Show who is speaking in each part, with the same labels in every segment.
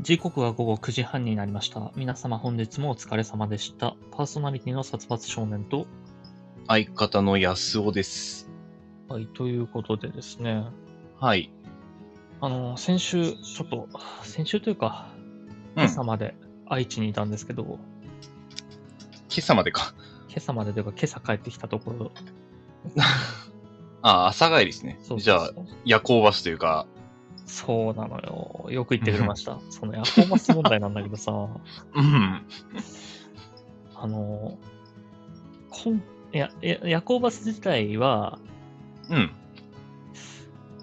Speaker 1: 時刻は午後9時半になりました。皆様本日もお疲れ様でした。パーソナリティの殺伐少年と、
Speaker 2: 相方の安尾です。
Speaker 1: はい、ということでですね、
Speaker 2: はい。
Speaker 1: あの、先週、ちょっと、先週というか、
Speaker 2: うん
Speaker 1: 今朝まで愛知にいたんですけど、今
Speaker 2: 今朝までか。
Speaker 1: 朝までというか、今朝帰ってきたところ、
Speaker 2: あ、朝帰りですね。
Speaker 1: そうそうそう
Speaker 2: じゃあ、夜行バスというか、
Speaker 1: そうなのよ。よく言ってくれま した。その夜行バス問題なんだけどさ、
Speaker 2: うん。
Speaker 1: あの、こんいやいや夜行バス自体は、
Speaker 2: うん。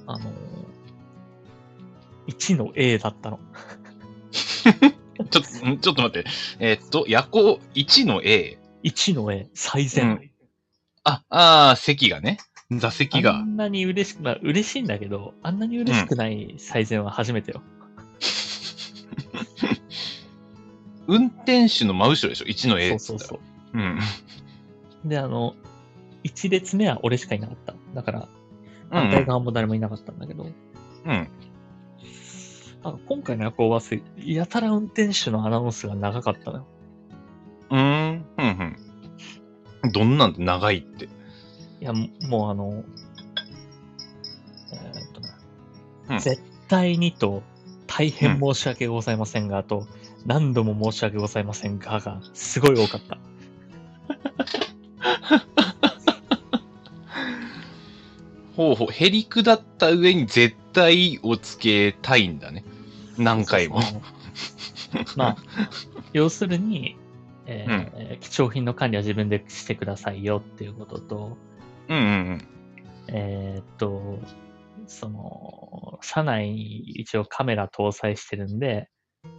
Speaker 1: あの、1の A だったの。
Speaker 2: ちょっと、んちょっと待って。えーっと、夜行1の A。
Speaker 1: 1の A、最善。
Speaker 2: あ、あー席がね。座席
Speaker 1: あ
Speaker 2: が。
Speaker 1: んなに嬉しく、まあ嬉しいんだけど、あんなに嬉しくない最善は初めてよ。
Speaker 2: 運転手の真後ろでしょ ?1 の A っ
Speaker 1: そ
Speaker 2: つ
Speaker 1: う
Speaker 2: ったら。。
Speaker 1: そうそう
Speaker 2: ん。
Speaker 1: う。で、あの、1列目は俺しかいなかった。だから、
Speaker 2: う
Speaker 1: 反対
Speaker 2: ん。
Speaker 1: 側も誰もいなかったんだけど、
Speaker 2: うん。
Speaker 1: なんか今回の夜行バス、やたら運転手のアナウンスが長かったのよ。
Speaker 2: うん。うん。うん。どんなんで長いって。
Speaker 1: いや、ももうあの、えーっとね、
Speaker 2: うん
Speaker 1: 絶対にと、大変申し訳ございませんが、と、何度も申し訳ございませんが、が、すごい多かった。
Speaker 2: ほうほう。へりくだった上に絶対をつけたいんだね。何回も。
Speaker 1: そうそうそうまあ、要するに、えーえー貴重品の管理は自分でしてくださいよっていうことと、
Speaker 2: うんうん
Speaker 1: えーっと、その、社内に一応カメラ搭載してるんで、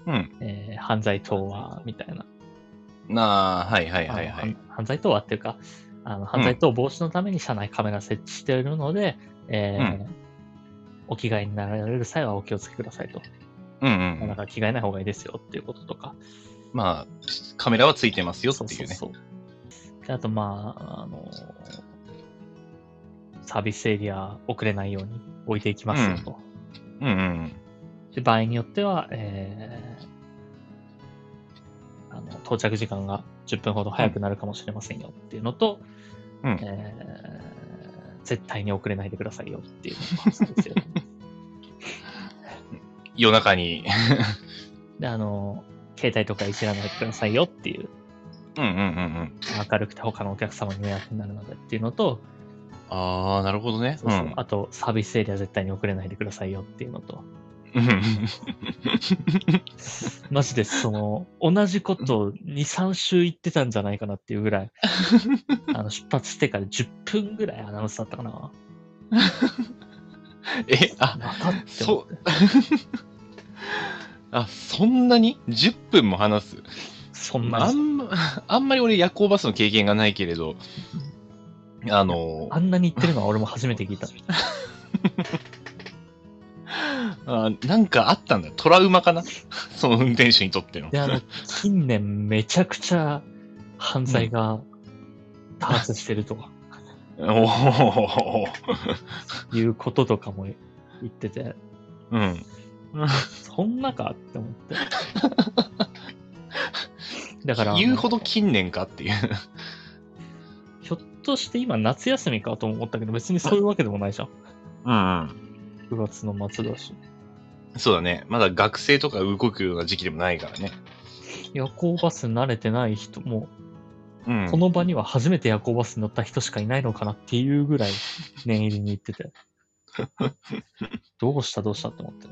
Speaker 2: うん。うん。
Speaker 1: えー犯罪等は、みたいな。
Speaker 2: なあ、はいはいはいは
Speaker 1: あの
Speaker 2: い。
Speaker 1: 犯犯罪等はっていうか、あの犯罪等防止のために社内カメラ設置しているので、えーお着替えになられる際はお気をつけくださいと。
Speaker 2: うん
Speaker 1: だ
Speaker 2: うん
Speaker 1: か。ら着替えない方がいいですよっていうこととか。
Speaker 2: まあ、カメラはついてますよっていうね。
Speaker 1: そうそうそうであと、まあ、あのサービスエリア遅れないように置いていきますよと。
Speaker 2: うんうん
Speaker 1: で場合によっては、えーあの到着時間が10分ほど早くなるかもしれませんよっていうのと、
Speaker 2: うんうん。
Speaker 1: えー絶対に遅れないでくださいよっていうのがそうです よ。
Speaker 2: 夜中に。
Speaker 1: で、あの、携帯とかいじらないでくださいよっていう、
Speaker 2: うんうんうんうん。
Speaker 1: 明るくて他のお客様に迷惑になるのでっていうのと、
Speaker 2: ああ、なるほどね。
Speaker 1: そう
Speaker 2: う
Speaker 1: そうんあと、サービスエリア絶対に遅れないでくださいよっていうのと、
Speaker 2: うん
Speaker 1: マジでそ の、同じことを2、3週言ってたんじゃないかなっていうぐらい、 あの出発してから10分ぐらいアナウンスだったかな。
Speaker 2: え、あ、
Speaker 1: なかって思
Speaker 2: そ
Speaker 1: っ て
Speaker 2: う。あ、そんなに ?10 分も話す。
Speaker 1: そん
Speaker 2: あ
Speaker 1: な、
Speaker 2: んま、あんまり俺夜行バスの経験がないけれど、あの、
Speaker 1: あんなに言ってるのは俺も初めて聞いた。
Speaker 2: あなんかあったんだよ。トラウマかな その運転手にとっての。
Speaker 1: で、あの、近年めちゃくちゃ犯罪が多発してるとか、
Speaker 2: おお。
Speaker 1: いうこととかも言ってて、
Speaker 2: うん。
Speaker 1: そんなかって思 って。だから、
Speaker 2: 言うほど近年かっていう。
Speaker 1: ひょっとして今夏休みかとも思ったけど、別にそういうわけでもないじゃん。
Speaker 2: うん、うん。
Speaker 1: 9月の末だし。
Speaker 2: そうだね。まだ学生とか動くような時期でもないからね。
Speaker 1: 夜行バス慣れてない人も、
Speaker 2: うん。
Speaker 1: この場には初めて夜行バスに乗った人しかいないのかなっていうぐらい念入りに行ってて。どうしたどうしたって思って。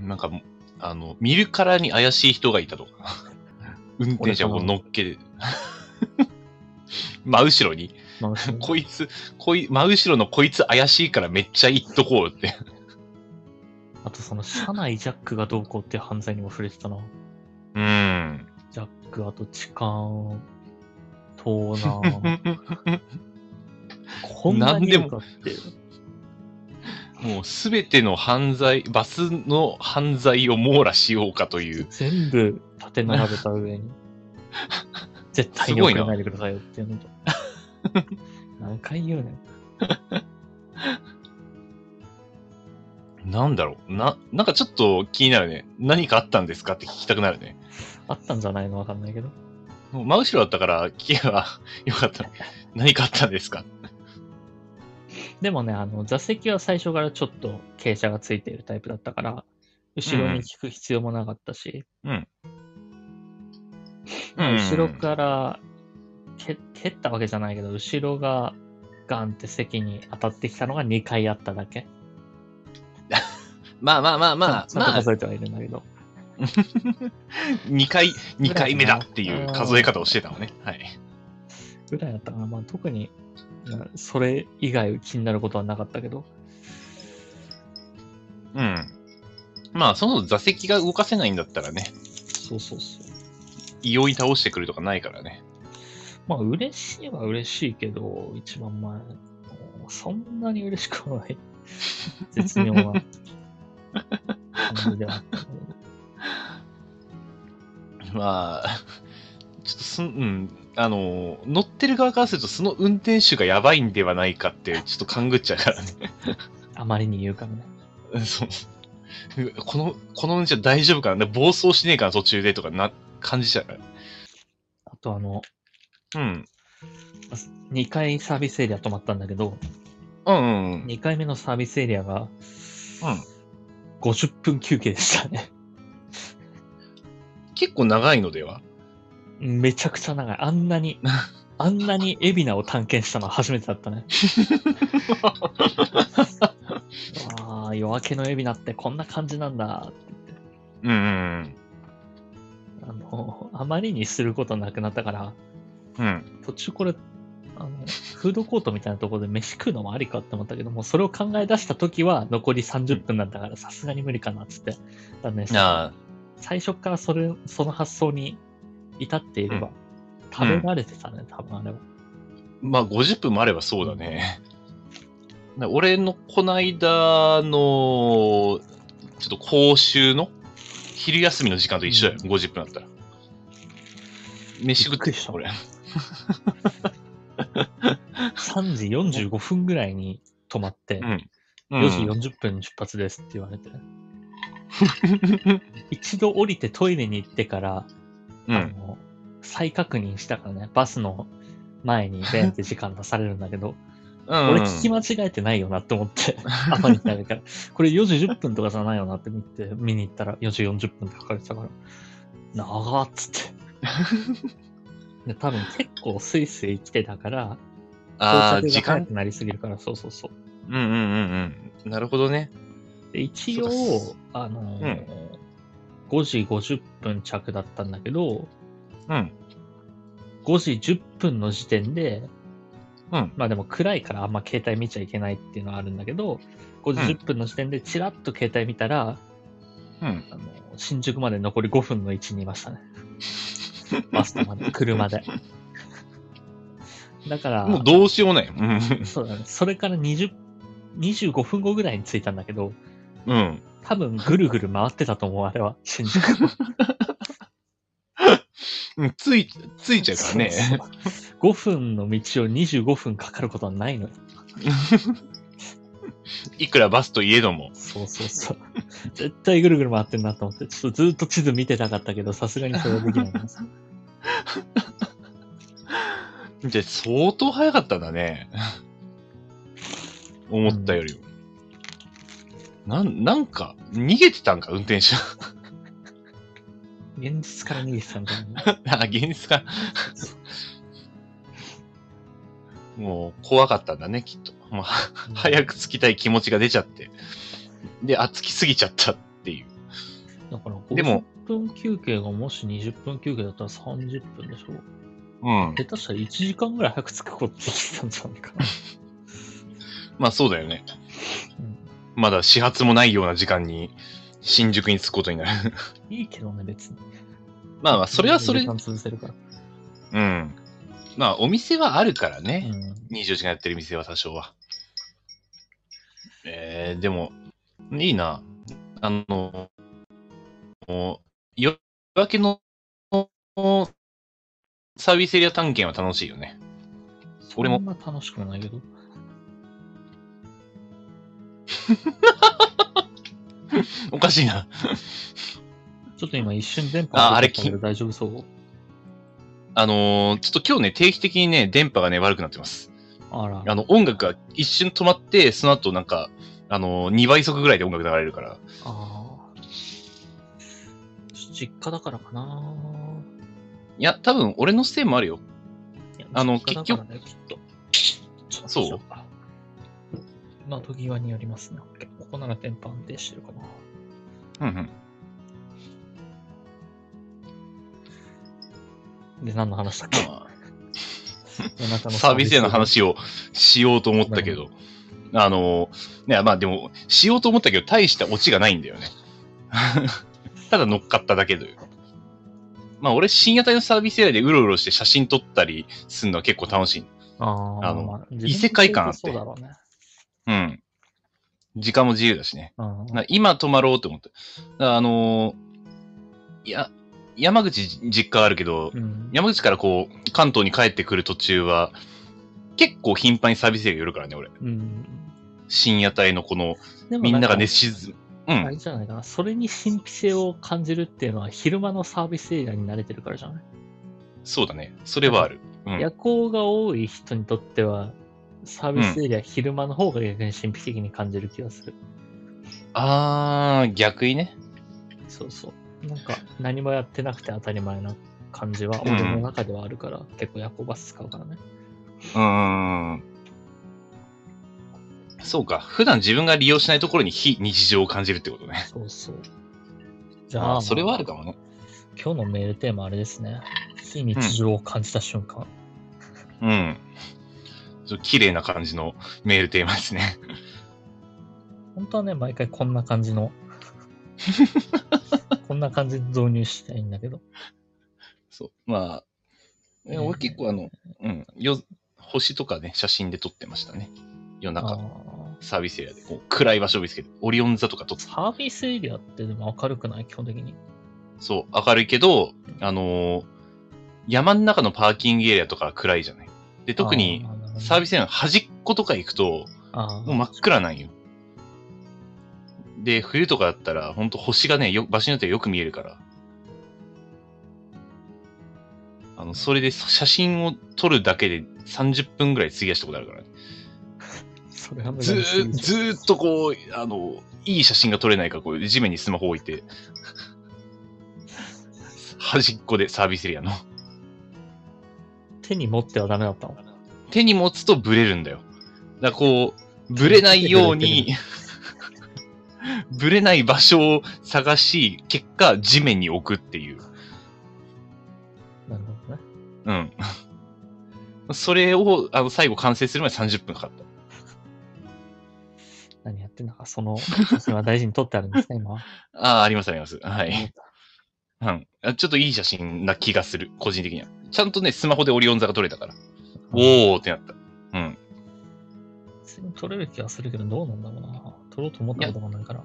Speaker 2: なんか、あの、見るからに怪しい人がいた とか。運転者をこう乗っける。 真後ろに。
Speaker 1: まあその
Speaker 2: こいつ、こい、真後ろのこいつ怪しいからめっちゃ言っとこうって。
Speaker 1: あとその車内ジャックがどうこうっていう犯罪にも触れてたな。
Speaker 2: うん。
Speaker 1: ジャック、あと痴漢、盗 難。こんなにいるかっていう。
Speaker 2: もうすべての犯罪、バスの犯罪を網羅しようかという。
Speaker 1: 全部立て並べた上 に。絶対に
Speaker 2: すご
Speaker 1: 送
Speaker 2: いな
Speaker 1: らないでくださいよっていうのと。 何回言うねん。
Speaker 2: なんだろう。な、なんかちょっと気になるね。何かあったんですかって聞きたくなるね。
Speaker 1: あったんじゃないのわかんないけど。
Speaker 2: もう真後ろだったから聞けば よかった。何かあったんですか
Speaker 1: でもね、あの、座席は最初からちょっと傾斜がついているタイプだったから、後ろに引く必要もなかったし、まあ後ろから蹴蹴ったわけじゃないけど、後ろがガンって席に当たってきたのが2回あっただけ。
Speaker 2: まあまあまあまあ、
Speaker 1: ちゃんと
Speaker 2: まあ、
Speaker 1: 数えてはいるんだけど。
Speaker 2: 2回、2回目だっていう数え方をしてたのね。はい。
Speaker 1: ぐらいだったかな。まあ特に、まあそれ以外気になることはなかったけど。
Speaker 2: うん。まあ、そもそも座席が動かせないんだったらね、
Speaker 1: そうそうそう。
Speaker 2: 異様に倒してくるとかないからね。
Speaker 1: まあ嬉しいは嬉しいけど、一番前の、そんなに嬉しくは ない。絶妙な感じではあったけど。
Speaker 2: まあ、 ちょっとすん、うん、あの、乗ってる側からすると、その運転手がやばいんではないかって、ちょっと勘ぐっちゃうからね。
Speaker 1: あまりに言うからね。
Speaker 2: うんそう。この、この運転手大丈夫かな暴走しねえかな途中でとかな、感じちゃうから。
Speaker 1: あとあの、
Speaker 2: うん。
Speaker 1: 2回サービスエリア止まったんだけど、
Speaker 2: うん、うん。
Speaker 1: 2回目のサービスエリアが、50分休憩でしたね。
Speaker 2: 結構長いのでは
Speaker 1: めちゃくちゃ長い。あんなに、あんなに海老名を探検したのは初めてだったね。ああ、夜明けの海老名ってこんな感じなんだって言って。
Speaker 2: うんうん
Speaker 1: あの、あまりにすることなくなったから、
Speaker 2: うん。うん。
Speaker 1: 途中これ、あの、フードコートみたいなところで飯食うのもありかって思ったけども、それを考え出した時は残り30分だったから、さすがに無理かなっつって断念した。
Speaker 2: ああ。
Speaker 1: 最初からそれ、その発想に至っていれば、食べられてたね、多分あれは。
Speaker 2: まあ、50分もあればそうだね。な 俺のこないだの、ちょっと講習の昼休みの時間と一緒だよ、
Speaker 1: う
Speaker 2: 50分だったら。飯食っ
Speaker 1: びっく
Speaker 2: て
Speaker 1: りした
Speaker 2: 俺。
Speaker 1: 3時45分ぐらいに泊まって、
Speaker 2: うん。うん
Speaker 1: 4時40分に出発ですって言われて、一度降りてトイレに行ってから、
Speaker 2: う
Speaker 1: あ
Speaker 2: ん。
Speaker 1: の再確認したからね、バスの前にベンって時間出されるんだけど、
Speaker 2: うん
Speaker 1: 俺聞き間違えてないよなって思 って、朝になるから、これ4時10分とかじゃないよなって見て、見に行ったら4時40分って書かれてたから、長っつっ て。で多分結構スイスイ来てたから、
Speaker 2: ああ、
Speaker 1: 到着が
Speaker 2: 時
Speaker 1: 早
Speaker 2: 間。
Speaker 1: くなりすぎるから、そうそうそう。
Speaker 2: うんうんうんうん。なるほどね。
Speaker 1: で一応
Speaker 2: そうです、
Speaker 1: あの
Speaker 2: う
Speaker 1: ー5時50分着だったんだけど、
Speaker 2: うん。
Speaker 1: 5時10分の時点で、
Speaker 2: うん
Speaker 1: まあでも暗いからあんま携帯見ちゃいけないっていうのはあるんだけど、5時10分の時点でチラッと携帯見たら、
Speaker 2: うん。
Speaker 1: あの新宿まで残り5分の位置にいました ね。バス停まで、車で。だから、
Speaker 2: もうどうしようもない。うん。
Speaker 1: そうだね、それから20 25分後ぐらいに着いたんだけど、
Speaker 2: うん。
Speaker 1: 多分ぐるぐる回ってたと思う、あれは、新宿を
Speaker 2: うんつい、ついちゃうからね。
Speaker 1: そうそう5分の道を25分かかることはないのよ。
Speaker 2: いくらバスといえども。
Speaker 1: そうそうそう。絶対ぐるぐる回ってんなと思って、ちょっとずっと地図見てたかったけど、さすがにそれはできないな
Speaker 2: じゃあ相当早かったんだね。 思ったよりも。なん、なんか、逃げてたんか、運転手。
Speaker 1: 現実から逃げてたんだよね。
Speaker 2: あ、現実か。 もう、怖かったんだね、きっと。まあ、早く着きたい気持ちが出ちゃって。で、あ、着きすぎちゃったっていう。
Speaker 1: だから、
Speaker 2: でも
Speaker 1: 50分休憩がもし20分休憩だったら30分でしょ。
Speaker 2: うん。
Speaker 1: 下手したら1時間ぐらい早く着くことできてたんじゃないかな。
Speaker 2: まあ、そうだよね。
Speaker 1: うん
Speaker 2: まだ始発もないような時間に、新宿に着くことになる。
Speaker 1: いいけどね、別に。
Speaker 2: まあまあ、それはそれ
Speaker 1: 時間潰せるから。
Speaker 2: うん。まあ、お店はあるから
Speaker 1: う
Speaker 2: ね。
Speaker 1: ん。
Speaker 2: 24時間やってる店は多少は。えー、でも、いいな。あの、もう夜明けのサービスエリア探検は楽しいよね。俺も
Speaker 1: そんな楽しくもないけど。
Speaker 2: おかしいな。
Speaker 1: ちょっと今一瞬電波
Speaker 2: ああれ
Speaker 1: 悪かったんだけど大丈夫そう
Speaker 2: あのーちょっと今日ね、定期的にね、電波がね、悪くなってます。
Speaker 1: あら。
Speaker 2: あの、音楽が一瞬止まって、その後なんか、あのー、2倍速ぐらいで音楽流れるから。
Speaker 1: あーちょ実家だからかない
Speaker 2: や、多分、俺のせいもあるよ。
Speaker 1: いや
Speaker 2: あの
Speaker 1: 実家だからだよきっと。ちょ
Speaker 2: そう
Speaker 1: どしよか窓際によりますね。ここなら電波安定してるかな。
Speaker 2: うんうん。
Speaker 1: で、何の話だっけ
Speaker 2: ま
Speaker 1: 夜中
Speaker 2: あ、
Speaker 1: の
Speaker 2: サービスへの話をしようと思ったけど、あのーね、まあでも、しようと思ったけど、大したオチがないんだよね。 ただ乗っかっただけという。まあ、俺、深夜帯のサービスエリアでうろうろして写真撮ったりするのは結構楽しい。
Speaker 1: あー
Speaker 2: あの
Speaker 1: まあ
Speaker 2: 異世界感あって
Speaker 1: そうだろうね。
Speaker 2: うん。時間も自由だしね。
Speaker 1: うん
Speaker 2: な今泊まろうと思って。だからあのーいや、山口実家あるけど
Speaker 1: う、ん
Speaker 2: 山口からこう、関東に帰ってくる途中は、結構頻繁にサービスエリア寄るからね、俺。
Speaker 1: うん。
Speaker 2: 深夜帯のこの、
Speaker 1: でも
Speaker 2: みんなが
Speaker 1: ね
Speaker 2: 熱静、う
Speaker 1: あ
Speaker 2: ん。
Speaker 1: れじゃないかな。それに神秘性を感じるっていうのは、昼間のサービスエリアに慣れてるからじゃない、
Speaker 2: そうだね。それはある。うん
Speaker 1: 夜行が多い人にとっては、サービスエリア、昼間の方が逆に神秘的に感じる気がする。
Speaker 2: あー、逆にね。
Speaker 1: そうそう。なんか、何もやってなくて当たり前な感じは、俺の中ではあるから、結構夜行バス使うからね。
Speaker 2: うーん。そうか。普段自分が利用しないところに非日常を感じるってことね。
Speaker 1: そうそう。じゃあ、
Speaker 2: あーそれはあるかもね。
Speaker 1: 今日のメールテーマあれですね。非日常を感じた瞬間。
Speaker 2: うん。ちょっと綺麗な感じのメールテーマですね。
Speaker 1: 本当はね、毎回こんな感じの、 こんな感じで導入したいんだけど。
Speaker 2: そう。まあ、え
Speaker 1: うん
Speaker 2: 俺結構あの、うん、よ星とかね、写真で撮ってましたね。夜
Speaker 1: あ
Speaker 2: 中、
Speaker 1: ー
Speaker 2: サービスエリアで、こう、暗い場所を見つけて、オリオン座とか撮ってた。
Speaker 1: サービスエリアってでも明るくない基本的に。
Speaker 2: そう、明るいけど、あのー山の中のパーキングエリアとかは暗いじゃない。で、特に、サービ
Speaker 1: ス、
Speaker 2: スエリアの端っことか行くと、
Speaker 1: あー
Speaker 2: もう真っ暗なんよ。で、冬とかだったら、ほんと星がね、よ場所によってはよく見えるから。あの、それで写真を撮るだけで30分ぐらい費やしたことあるからね。
Speaker 1: それは
Speaker 2: ずーずーっとこう、あの、いい写真が撮れないから、こう、地面にスマホ置いて、端っこでサービスエリアの。
Speaker 1: 手に持ってはダメだったのかな。
Speaker 2: 手に持つとブレるんだよ。だからこう、ブレないように、ブレない場所を探し、結果、地面に置くっていう。
Speaker 1: なるほどね。
Speaker 2: うん。それを、あの、最後完成するまで30分かかった。
Speaker 1: 何やってんだか、そ の写真は大事に撮ってあるんですね、今は。
Speaker 2: ああ、ありますあります。はい。うんあ。ちょっといい写真な気がする、個人的には。ちゃんとね、スマホでオリオン座が撮れたから。おーってなった。うん。
Speaker 1: 別に撮れる気はするけど、どうなんだろうな。撮ろうと思ったこともないから。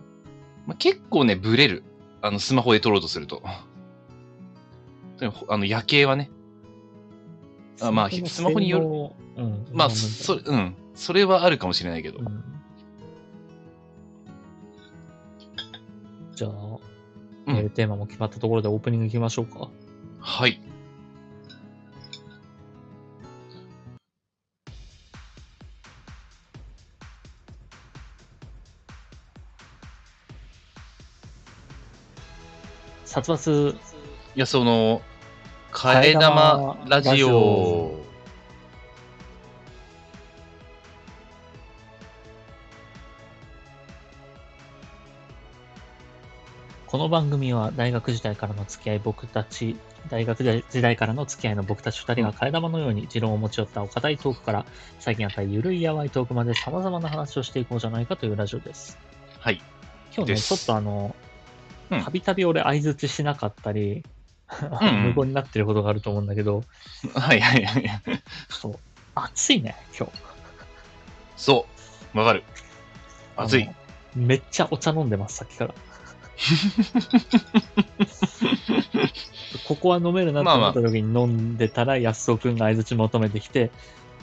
Speaker 2: まあ、結構ね、ブレる。あの、スマホで撮ろうとすると。でもほあの、夜景はね。あまあスマホによる
Speaker 1: る。うん、
Speaker 2: まあ、それ、うん。それはあるかもしれないけど。
Speaker 1: うんじゃあ、
Speaker 2: うん
Speaker 1: メールテーマも決まったところでオープニングいきましょうか。
Speaker 2: はい。
Speaker 1: 殺伐
Speaker 2: いや、その、替え玉ラジオ。
Speaker 1: この番組は大学時代からの付き合い僕たち、大学時代からの付き合いの僕たち2人が替え玉のように持論を持ち寄ったお堅いトークから最近あったゆるいやわいトークまで様々な話をしていこうじゃないかというラジオです。
Speaker 2: はい。
Speaker 1: 今日ね、
Speaker 2: です
Speaker 1: ちょっとあの、
Speaker 2: うん
Speaker 1: たびたび俺相づちしなかったり、
Speaker 2: う ん
Speaker 1: 無言になってることがあると思うんだけど、
Speaker 2: はいはいはい。
Speaker 1: ちょっと暑いね、今日。
Speaker 2: そう。わかる。暑い
Speaker 1: あ。の。めっちゃお茶飲んでます、さっき から。ここは飲めるなと思った時に飲んでたら、安尾くんが相づち求めてきて、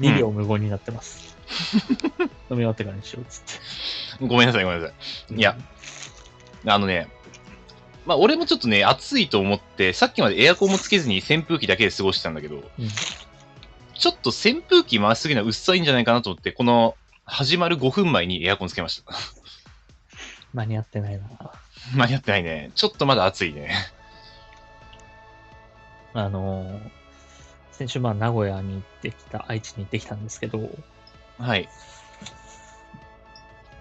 Speaker 1: 2秒無言になってます。飲み終わってからにしようっつっ
Speaker 2: ごめんなさい、ごめんなさ
Speaker 1: て。
Speaker 2: い。いや、あのね、まあ俺もちょっとね、暑いと思って、さっきまでエアコンもつけずに扇風機だけで過ごしてたんだけど、
Speaker 1: うん
Speaker 2: ちょっと扇風機回しすぎるのはうっさいんじゃないかなと思って、この始まる5分前にエアコンつけました。
Speaker 1: 間に合ってないな。
Speaker 2: 間に合ってないね。ちょっとまだ暑いね。
Speaker 1: あのー先週まあ名古屋に行ってきた、愛知に行ってきたんですけど、
Speaker 2: はい。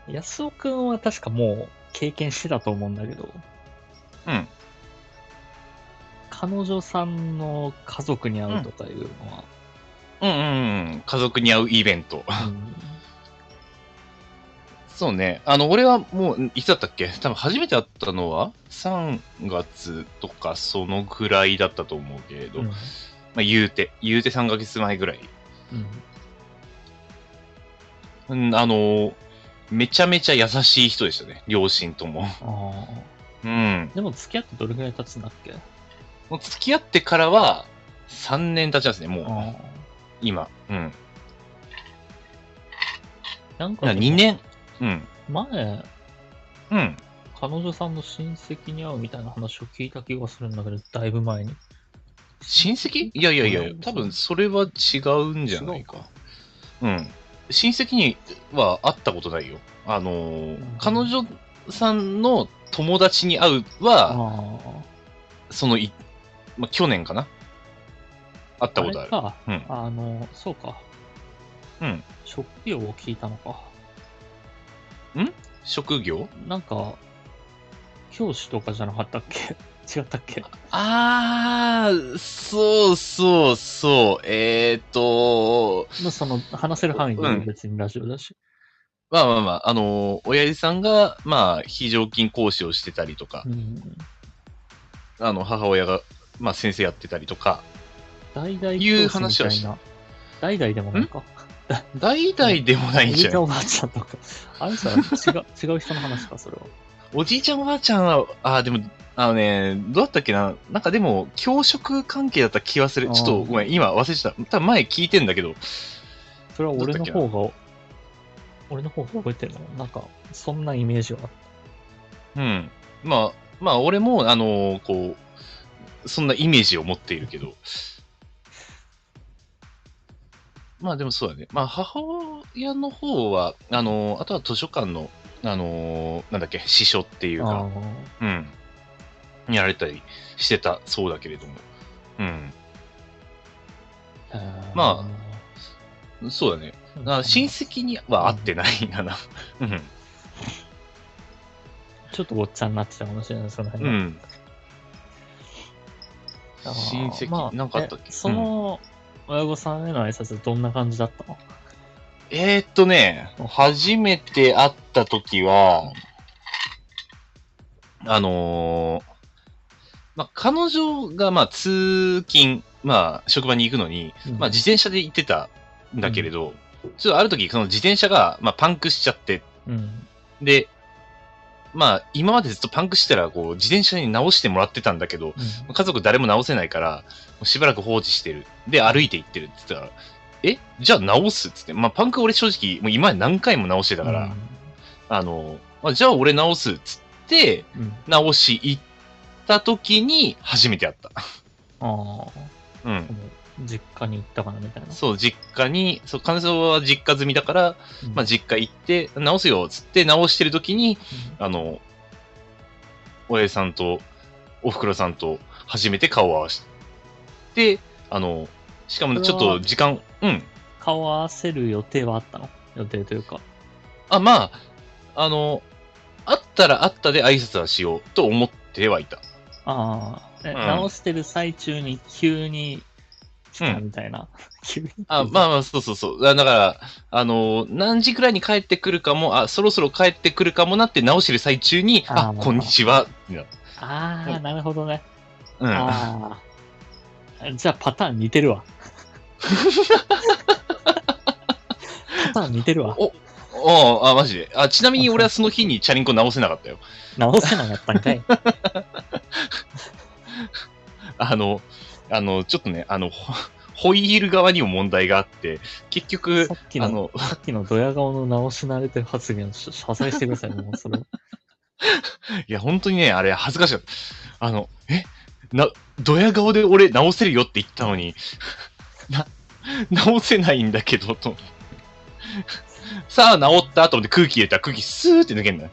Speaker 1: 安尾くんは確かもう経験してたと思うんだけど、
Speaker 2: うん。
Speaker 1: 彼女さんの家族に会うとかいうのは、
Speaker 2: うんうんうん。家族に会うイベント。
Speaker 1: うん
Speaker 2: そうね。あの、俺はもう、いつだったっけ多分初めて会ったのは、3月とかそのぐらいだったと思うけれど、
Speaker 1: うん
Speaker 2: まあ言うて、言うて3ヶ月前ぐらい。
Speaker 1: うん
Speaker 2: うん、あのーめちゃめちゃ優しい人でしたね。両親 とも。
Speaker 1: あ
Speaker 2: うん
Speaker 1: ー。でも付き合ってどれぐらい経つんだっけ
Speaker 2: もう付き合ってからは、3年経ちますね、もう。
Speaker 1: あ
Speaker 2: 今。うん。
Speaker 1: ーなんか
Speaker 2: 2年。うん。
Speaker 1: 前、
Speaker 2: うん。
Speaker 1: 彼女さんの親戚に会うみたいな話を聞いた気がするんだけど、だいぶ前に。
Speaker 2: 親戚いやいやいや、多分それは違うんじゃないか。うん。親戚には会ったことないよ。あのー
Speaker 1: うん
Speaker 2: 彼女さんの友達に会うは、
Speaker 1: あ
Speaker 2: そのい、まあ、去年かな会
Speaker 1: あ
Speaker 2: った
Speaker 1: ー。あ
Speaker 2: ことあ
Speaker 1: れ
Speaker 2: る。
Speaker 1: か、
Speaker 2: うん。
Speaker 1: あの、そうか。
Speaker 2: うん。
Speaker 1: 職業を聞いたのか。
Speaker 2: 職業
Speaker 1: なんか、教師とかじゃなかったっけ 違ったっけ
Speaker 2: あー、そうそうそう。えーと、
Speaker 1: まあその、話せる範囲で別にラジオだし。
Speaker 2: まあまあまあ、あのー親父さんが、まあ、非常勤講師をしてたりとか
Speaker 1: う、ん。
Speaker 2: あの、母親が、まあ、先生やってたりとか、
Speaker 1: 代々
Speaker 2: いう
Speaker 1: 教師
Speaker 2: 話
Speaker 1: み
Speaker 2: は
Speaker 1: た
Speaker 2: し
Speaker 1: いな。代々でもないか。
Speaker 2: 代々でもないん
Speaker 1: おじ
Speaker 2: じ
Speaker 1: い
Speaker 2: ゃ
Speaker 1: ちゃん
Speaker 2: ない
Speaker 1: おばあちゃんとか。あれさ、違う、違う人の話か、それは。
Speaker 2: おじいちゃんおばあちゃんは、ああ、でも、あのね、どうだったっけななんかでも、教職関係だった気はする。ちょっ
Speaker 1: あ
Speaker 2: と
Speaker 1: ー
Speaker 2: ごめん、今忘れてた。多分前聞いてんだけど、
Speaker 1: それは俺の
Speaker 2: どうだっ
Speaker 1: 方が、俺の方が覚えてるのなんか、そんなイメージはあっ
Speaker 2: うん。まあ、まあ、俺も、あのーこう、そんなイメージを持っているけど。まあ、でもそうだね。まあ、母親の方は、あのーあとは図書館の、あのーなんだっけ、司書っていう
Speaker 1: た。
Speaker 2: か
Speaker 1: あ、ー
Speaker 2: うん。やられたりしてたそうだけれども。うん。
Speaker 1: えー
Speaker 2: まそうだね。
Speaker 1: うん
Speaker 2: あ親戚には会ってないんだな。うん。
Speaker 1: ちょっとごっちゃになってたかもしれない、その辺
Speaker 2: う
Speaker 1: が。
Speaker 2: ん。
Speaker 1: あー
Speaker 2: 親戚なんかあったっけ
Speaker 1: えその、親御さんへの挨拶はどんな感じだったの
Speaker 2: えー、っとね、初めて会った時は、あのーまあ、彼女が、まあ、通勤、まあ、職場に行くのに、まあ、自転車で行ってたんだけれど、ちょっとある時、その自転車が、まあ、パンクしちゃって、
Speaker 1: うん。
Speaker 2: で、まあ、今までずっとパンクしてたら、こう、自転車に直してもらってたんだけど、
Speaker 1: うん
Speaker 2: 家族誰も直せないから、もうしばらく放置してる。で、歩いて行ってるって言ったら、えじゃあ直すっつって。まあ、パンク俺正直、もう今まで何回も直してたから、あの、あじゃあ俺直すっつって、
Speaker 1: うん。うん
Speaker 2: 直し行った時に初めて会った。
Speaker 1: ああ、
Speaker 2: うん
Speaker 1: そ。の実家に行ったかなみたいな。
Speaker 2: そう、実家に、そう、彼女は実家済みだから、
Speaker 1: うん
Speaker 2: まあ、実家行って、直すよっつって直してる時に、あの、親父さんとお袋さんと初めて顔を合わせて、あの、しかもちょっと時間、うん。
Speaker 1: 顔合わせる予定はあったの予定というか。
Speaker 2: あ、まあ、あの、あったらあったで挨拶はしようと思ってはいた。
Speaker 1: ああ、え
Speaker 2: ん
Speaker 1: 直してる最中に急に来たみたいな。 急に。
Speaker 2: あ、まあまあ、そうそうそう。あだから、あの、何時くらいに帰ってくるかも、あ、そろそろ帰ってくるかもなって直してる最中に、
Speaker 1: あーま
Speaker 2: あ、
Speaker 1: あ
Speaker 2: こんにちはってなっ
Speaker 1: あ
Speaker 2: は
Speaker 1: あ、
Speaker 2: い
Speaker 1: なるほどね。
Speaker 2: うん。
Speaker 1: ああ。じゃあパターン似てる わ。パターン似てるわ。
Speaker 2: お、おあ、マジで。あ、ちなみに俺はその日にチャリンコ直せなかったよ。
Speaker 1: 直せなかったん かい。
Speaker 2: あの、あの、ちょっとね、あの、ホ ホイール側にも問題があって、結局
Speaker 1: さ、っき
Speaker 2: あ
Speaker 1: の、
Speaker 2: の、
Speaker 1: さっきのドヤ顔の直し慣れてる発言、し謝罪してください、もうそれは。
Speaker 2: いや、本当にね、あれ、恥ずかしかった。あの、えな、ドヤ顔で俺直せるよって言ったのに、 な、直せないんだけど、と。さあ、直ったと思って空気入れたら空気スーって抜けんだよ。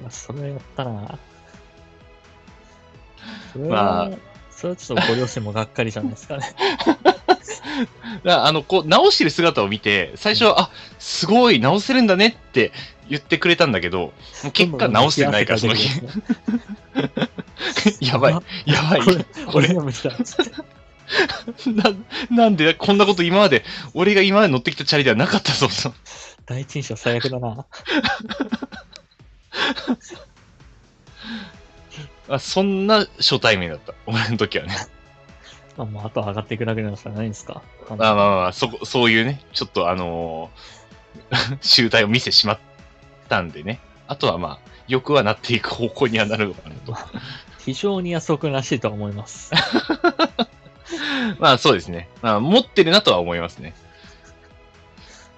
Speaker 1: いやそれはやったな。それ
Speaker 2: ま
Speaker 1: は、
Speaker 2: あ
Speaker 1: それはちょっとご両親もがっかりじゃないですかね。
Speaker 2: だからあの、こう、直してる姿を見て、最初は、あ、すごい、直せるんだねって言ってくれたんだけど、もう結果直してないから、その日。 やばい、やばい。
Speaker 1: これ、
Speaker 2: これ
Speaker 1: 俺の無理だ。
Speaker 2: な、なんで、こんなこと今まで、俺が今まで乗ってきたチャリではなかったぞ、と。
Speaker 1: 第一印象最悪だな。
Speaker 2: あそんな初対面だった。俺の時は ね。
Speaker 1: あもうあとは上がっていくだけなんじゃないんですか。あの
Speaker 2: まあまあまあ、そこ、そういうね、ちょっとあのー 集大を見せしまったんでね。あとはまあ、欲はなっていく方向にはなるのかな と。
Speaker 1: 非常に安尾君らしいとは思い ます。
Speaker 2: まあそうですね。まあ持ってるなとは思いますね。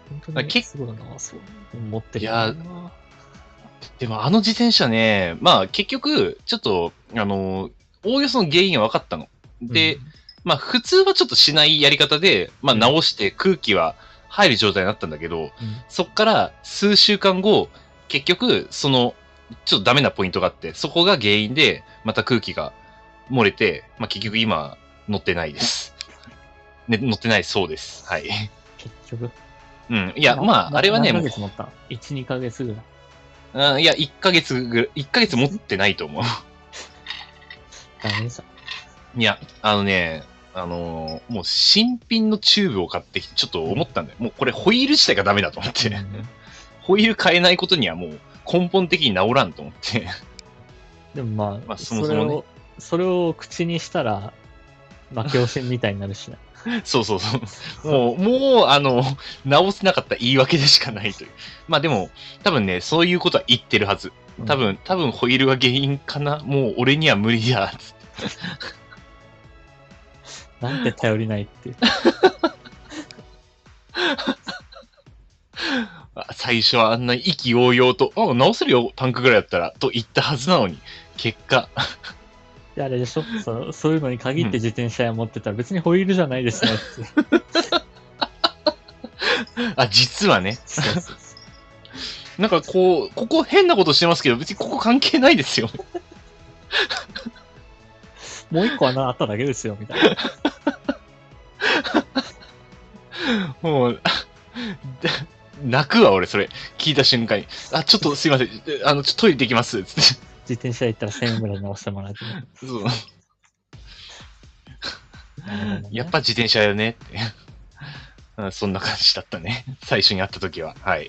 Speaker 1: 本当
Speaker 2: まあ
Speaker 1: に
Speaker 2: 結
Speaker 1: 結構な、そう持ってる
Speaker 2: いやでもあの自転車ね、まあ結局、ちょっと、あのーおおよその原因は分かったの。で、まあ普通はちょっとしないやり方で、まあ
Speaker 1: うん
Speaker 2: 直して空気は入る状態になったんだけど、
Speaker 1: うん
Speaker 2: そっから数週間後、結局、その、ちょっとダメなポイントがあって、そこが原因で、また空気が漏れて、まあ結局今、乗ってない です。ね、乗ってないそうです。はい。
Speaker 1: 結局。い
Speaker 2: うん。いや、まあ、あれはね、も
Speaker 1: 何
Speaker 2: う
Speaker 1: ヶ、月持った ?1、2ヶ月ぐらい。
Speaker 2: うんいや、1ヶ月ぐらい、1ヶ月持ってないと思う。
Speaker 1: ダメじゃん。
Speaker 2: いや、あのね、あのーもう新品のチューブを買ってきて、ちょっと思ったんだよ。もうこれホイール自体がダメだと思って。
Speaker 1: うん
Speaker 2: ホイール変えないことにはもう根本的に治らんと思って。
Speaker 1: でもまあ、
Speaker 2: まあそもそも
Speaker 1: れ
Speaker 2: ね
Speaker 1: をそれを口にしたら、負け惜しみみたいになるしね。
Speaker 2: そうそうそう。もう、もう、あの、直せなかった言い訳でしかないという。まあでも、多分ね、そういうことは言ってるはず。 多分、多分ホイールが原因かな。もう俺には無理や。つって
Speaker 1: なんて頼りないっていう。
Speaker 2: あ最初はあんな意気揚々と、あ、直せるよ、パンクぐらいだったら、と言ったはずなのに、結果、
Speaker 1: であれでしょそのそういうのに限って自転車屋持ってたら別にホイールじゃないですね っていう。
Speaker 2: あ、実はね、
Speaker 1: そうそうそ
Speaker 2: なんかこう、ここ変なことしてますけど、別にここ関係ないですよ。
Speaker 1: うもう一個穴あっただけですよ、みたいな。
Speaker 2: もう、 で泣くわ、俺、それ。聞いた瞬間に。あ、ちょっとすいません。あの、ちょっとトイレできます。つって。
Speaker 1: 自転車屋行ったら1000円ぐらい直してもらえてね、
Speaker 2: そう
Speaker 1: なるほどね
Speaker 2: やっぱ自転車だよね って。うんそんな感じだったね。最初に会った時は。はい。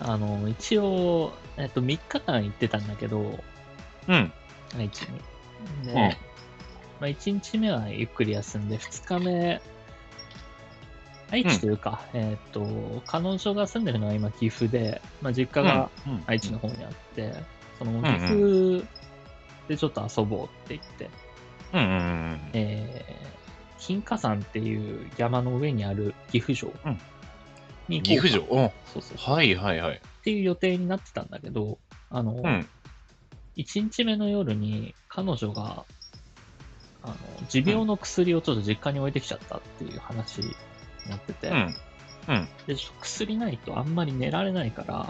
Speaker 1: あの、一応、えっと、3日間行ってたんだけど、
Speaker 2: うん。
Speaker 1: 1日で、
Speaker 2: うん
Speaker 1: まあ、1日目はゆっくり休んで、2日目、愛知というか、えっと、彼女が住んでるのは今岐阜で、まあ、実家が
Speaker 2: うん、うん
Speaker 1: 愛知の。方にあって、その
Speaker 2: ん
Speaker 1: 岐阜でちょっと遊ぼうって言って、
Speaker 2: うんうんうんうん。
Speaker 1: えー金華山っていう山の上にある岐阜城
Speaker 2: うん
Speaker 1: に行こうか
Speaker 2: 岐阜城うん
Speaker 1: そうそう
Speaker 2: はいはいはい。
Speaker 1: っていう予定になってたんだけど、あの、
Speaker 2: うん。
Speaker 1: 1日目の夜に彼女が、あの、持病の薬をちょっと実家に置いてきちゃったっていう話になってて、
Speaker 2: うん。
Speaker 1: で、ちょっと薬ないとあんまり寝られないから、っ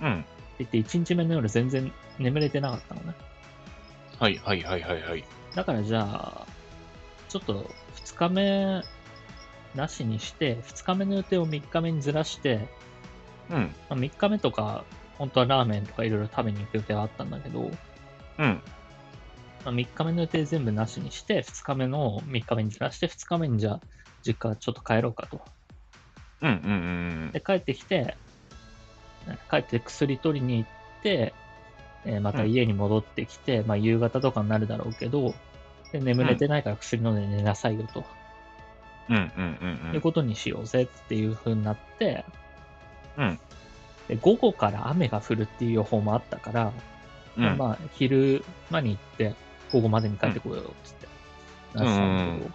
Speaker 1: て
Speaker 2: うん。
Speaker 1: 言って1日目の夜全然眠れてなかったのね。
Speaker 2: はいはいはいはいはい。
Speaker 1: だからじゃあ、ちょっと2日目なしにして、2日目の予定を3日目にずらして、
Speaker 2: うん。
Speaker 1: ま3日目とか、本当はラーメンとかいろいろ食べに行く予定があったんだけど、
Speaker 2: うん。
Speaker 1: ま3日目の予定全部なしにして、2日目の3日目にずらして、2日目にじゃあ、実家ちょっと帰ろうかと。
Speaker 2: うんうんうん
Speaker 1: で、帰ってきて、帰って薬取りに行って、えーまた家に戻ってきて、まあ夕方とかになるだろうけど、で眠れてないから薬飲んで寝なさいよと。
Speaker 2: うん。うんうんうん。
Speaker 1: いううんことにしようぜっていう風になって、
Speaker 2: うん
Speaker 1: で午後から雨が降るっていう予報もあったから、
Speaker 2: うん
Speaker 1: まあ、昼間に行って、午後までに帰ってこようよっつってな
Speaker 2: ん
Speaker 1: ってたんだけど、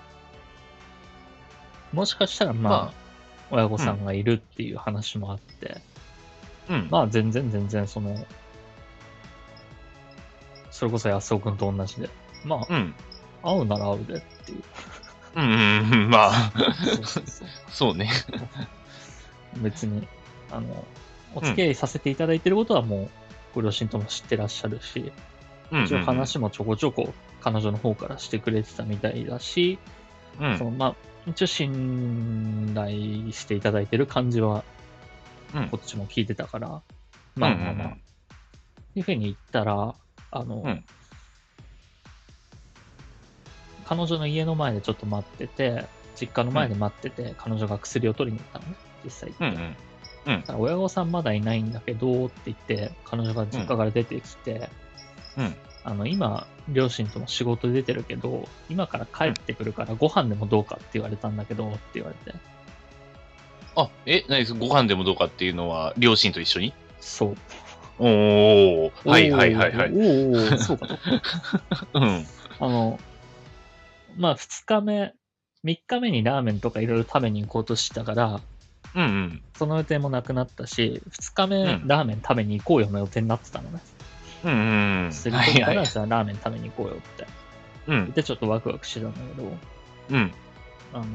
Speaker 1: もしかしたら、まあ、
Speaker 2: まあ
Speaker 1: 親御さんがいるっていう話もあって、
Speaker 2: うん。
Speaker 1: まあ、全然全然、その、それこそ安尾くんと同じで。ま
Speaker 2: うん。
Speaker 1: あ、合うなら合う でっていう。
Speaker 2: うんうんうん、まあ、
Speaker 1: そうそうそう
Speaker 2: そうね。
Speaker 1: 別に、あの、お付き合いさせていただいてることはもう、ご両親とも知ってらっしゃるし、
Speaker 2: うんうん
Speaker 1: 一応話もちょこちょこ彼女の方からしてくれてたみたいだし、
Speaker 2: うん。うん
Speaker 1: そのまあ、一応信頼していただいてる感じは
Speaker 2: うん、
Speaker 1: こっちも聞いてたから、まあまあ
Speaker 2: うんうん
Speaker 1: ま
Speaker 2: う
Speaker 1: あ、
Speaker 2: ん
Speaker 1: っていうふうに言ったら、あの、
Speaker 2: うん
Speaker 1: 彼女の家の前でちょっと待ってて、実家の前で待ってて、彼女が薬を取りに行ったのね、実際行って。
Speaker 2: うんうん。
Speaker 1: だから親御さんまだいないんだけどって言って、彼女が実家から出てきて、
Speaker 2: うんうん
Speaker 1: あの今、両親とも仕事出てるけど、今から帰ってくるからご飯でもどうかって言われたんだけどって言われて、
Speaker 2: あ、え、何ですご飯でもどうかっていうのは、両親と一緒に
Speaker 1: そう。
Speaker 2: おー、はいはいはいはい。
Speaker 1: おーおーそうかと。
Speaker 2: うん。
Speaker 1: あの、まあ、2日目、3日目にラーメンとかいろいろ食べに行こうとしてたから、
Speaker 2: うんうん。
Speaker 1: その予定もなくなったし、2日目、
Speaker 2: うん
Speaker 1: ラーメン食べに行こうよの予定になってたのね。
Speaker 2: うんうんうん。
Speaker 1: する
Speaker 2: は
Speaker 1: と
Speaker 2: い
Speaker 1: か
Speaker 2: はい
Speaker 1: ら、。じゃあラーメン食べに行こうよって。
Speaker 2: うん
Speaker 1: で、ちょっとワクワクしてたんだけど、
Speaker 2: うん。
Speaker 1: あの、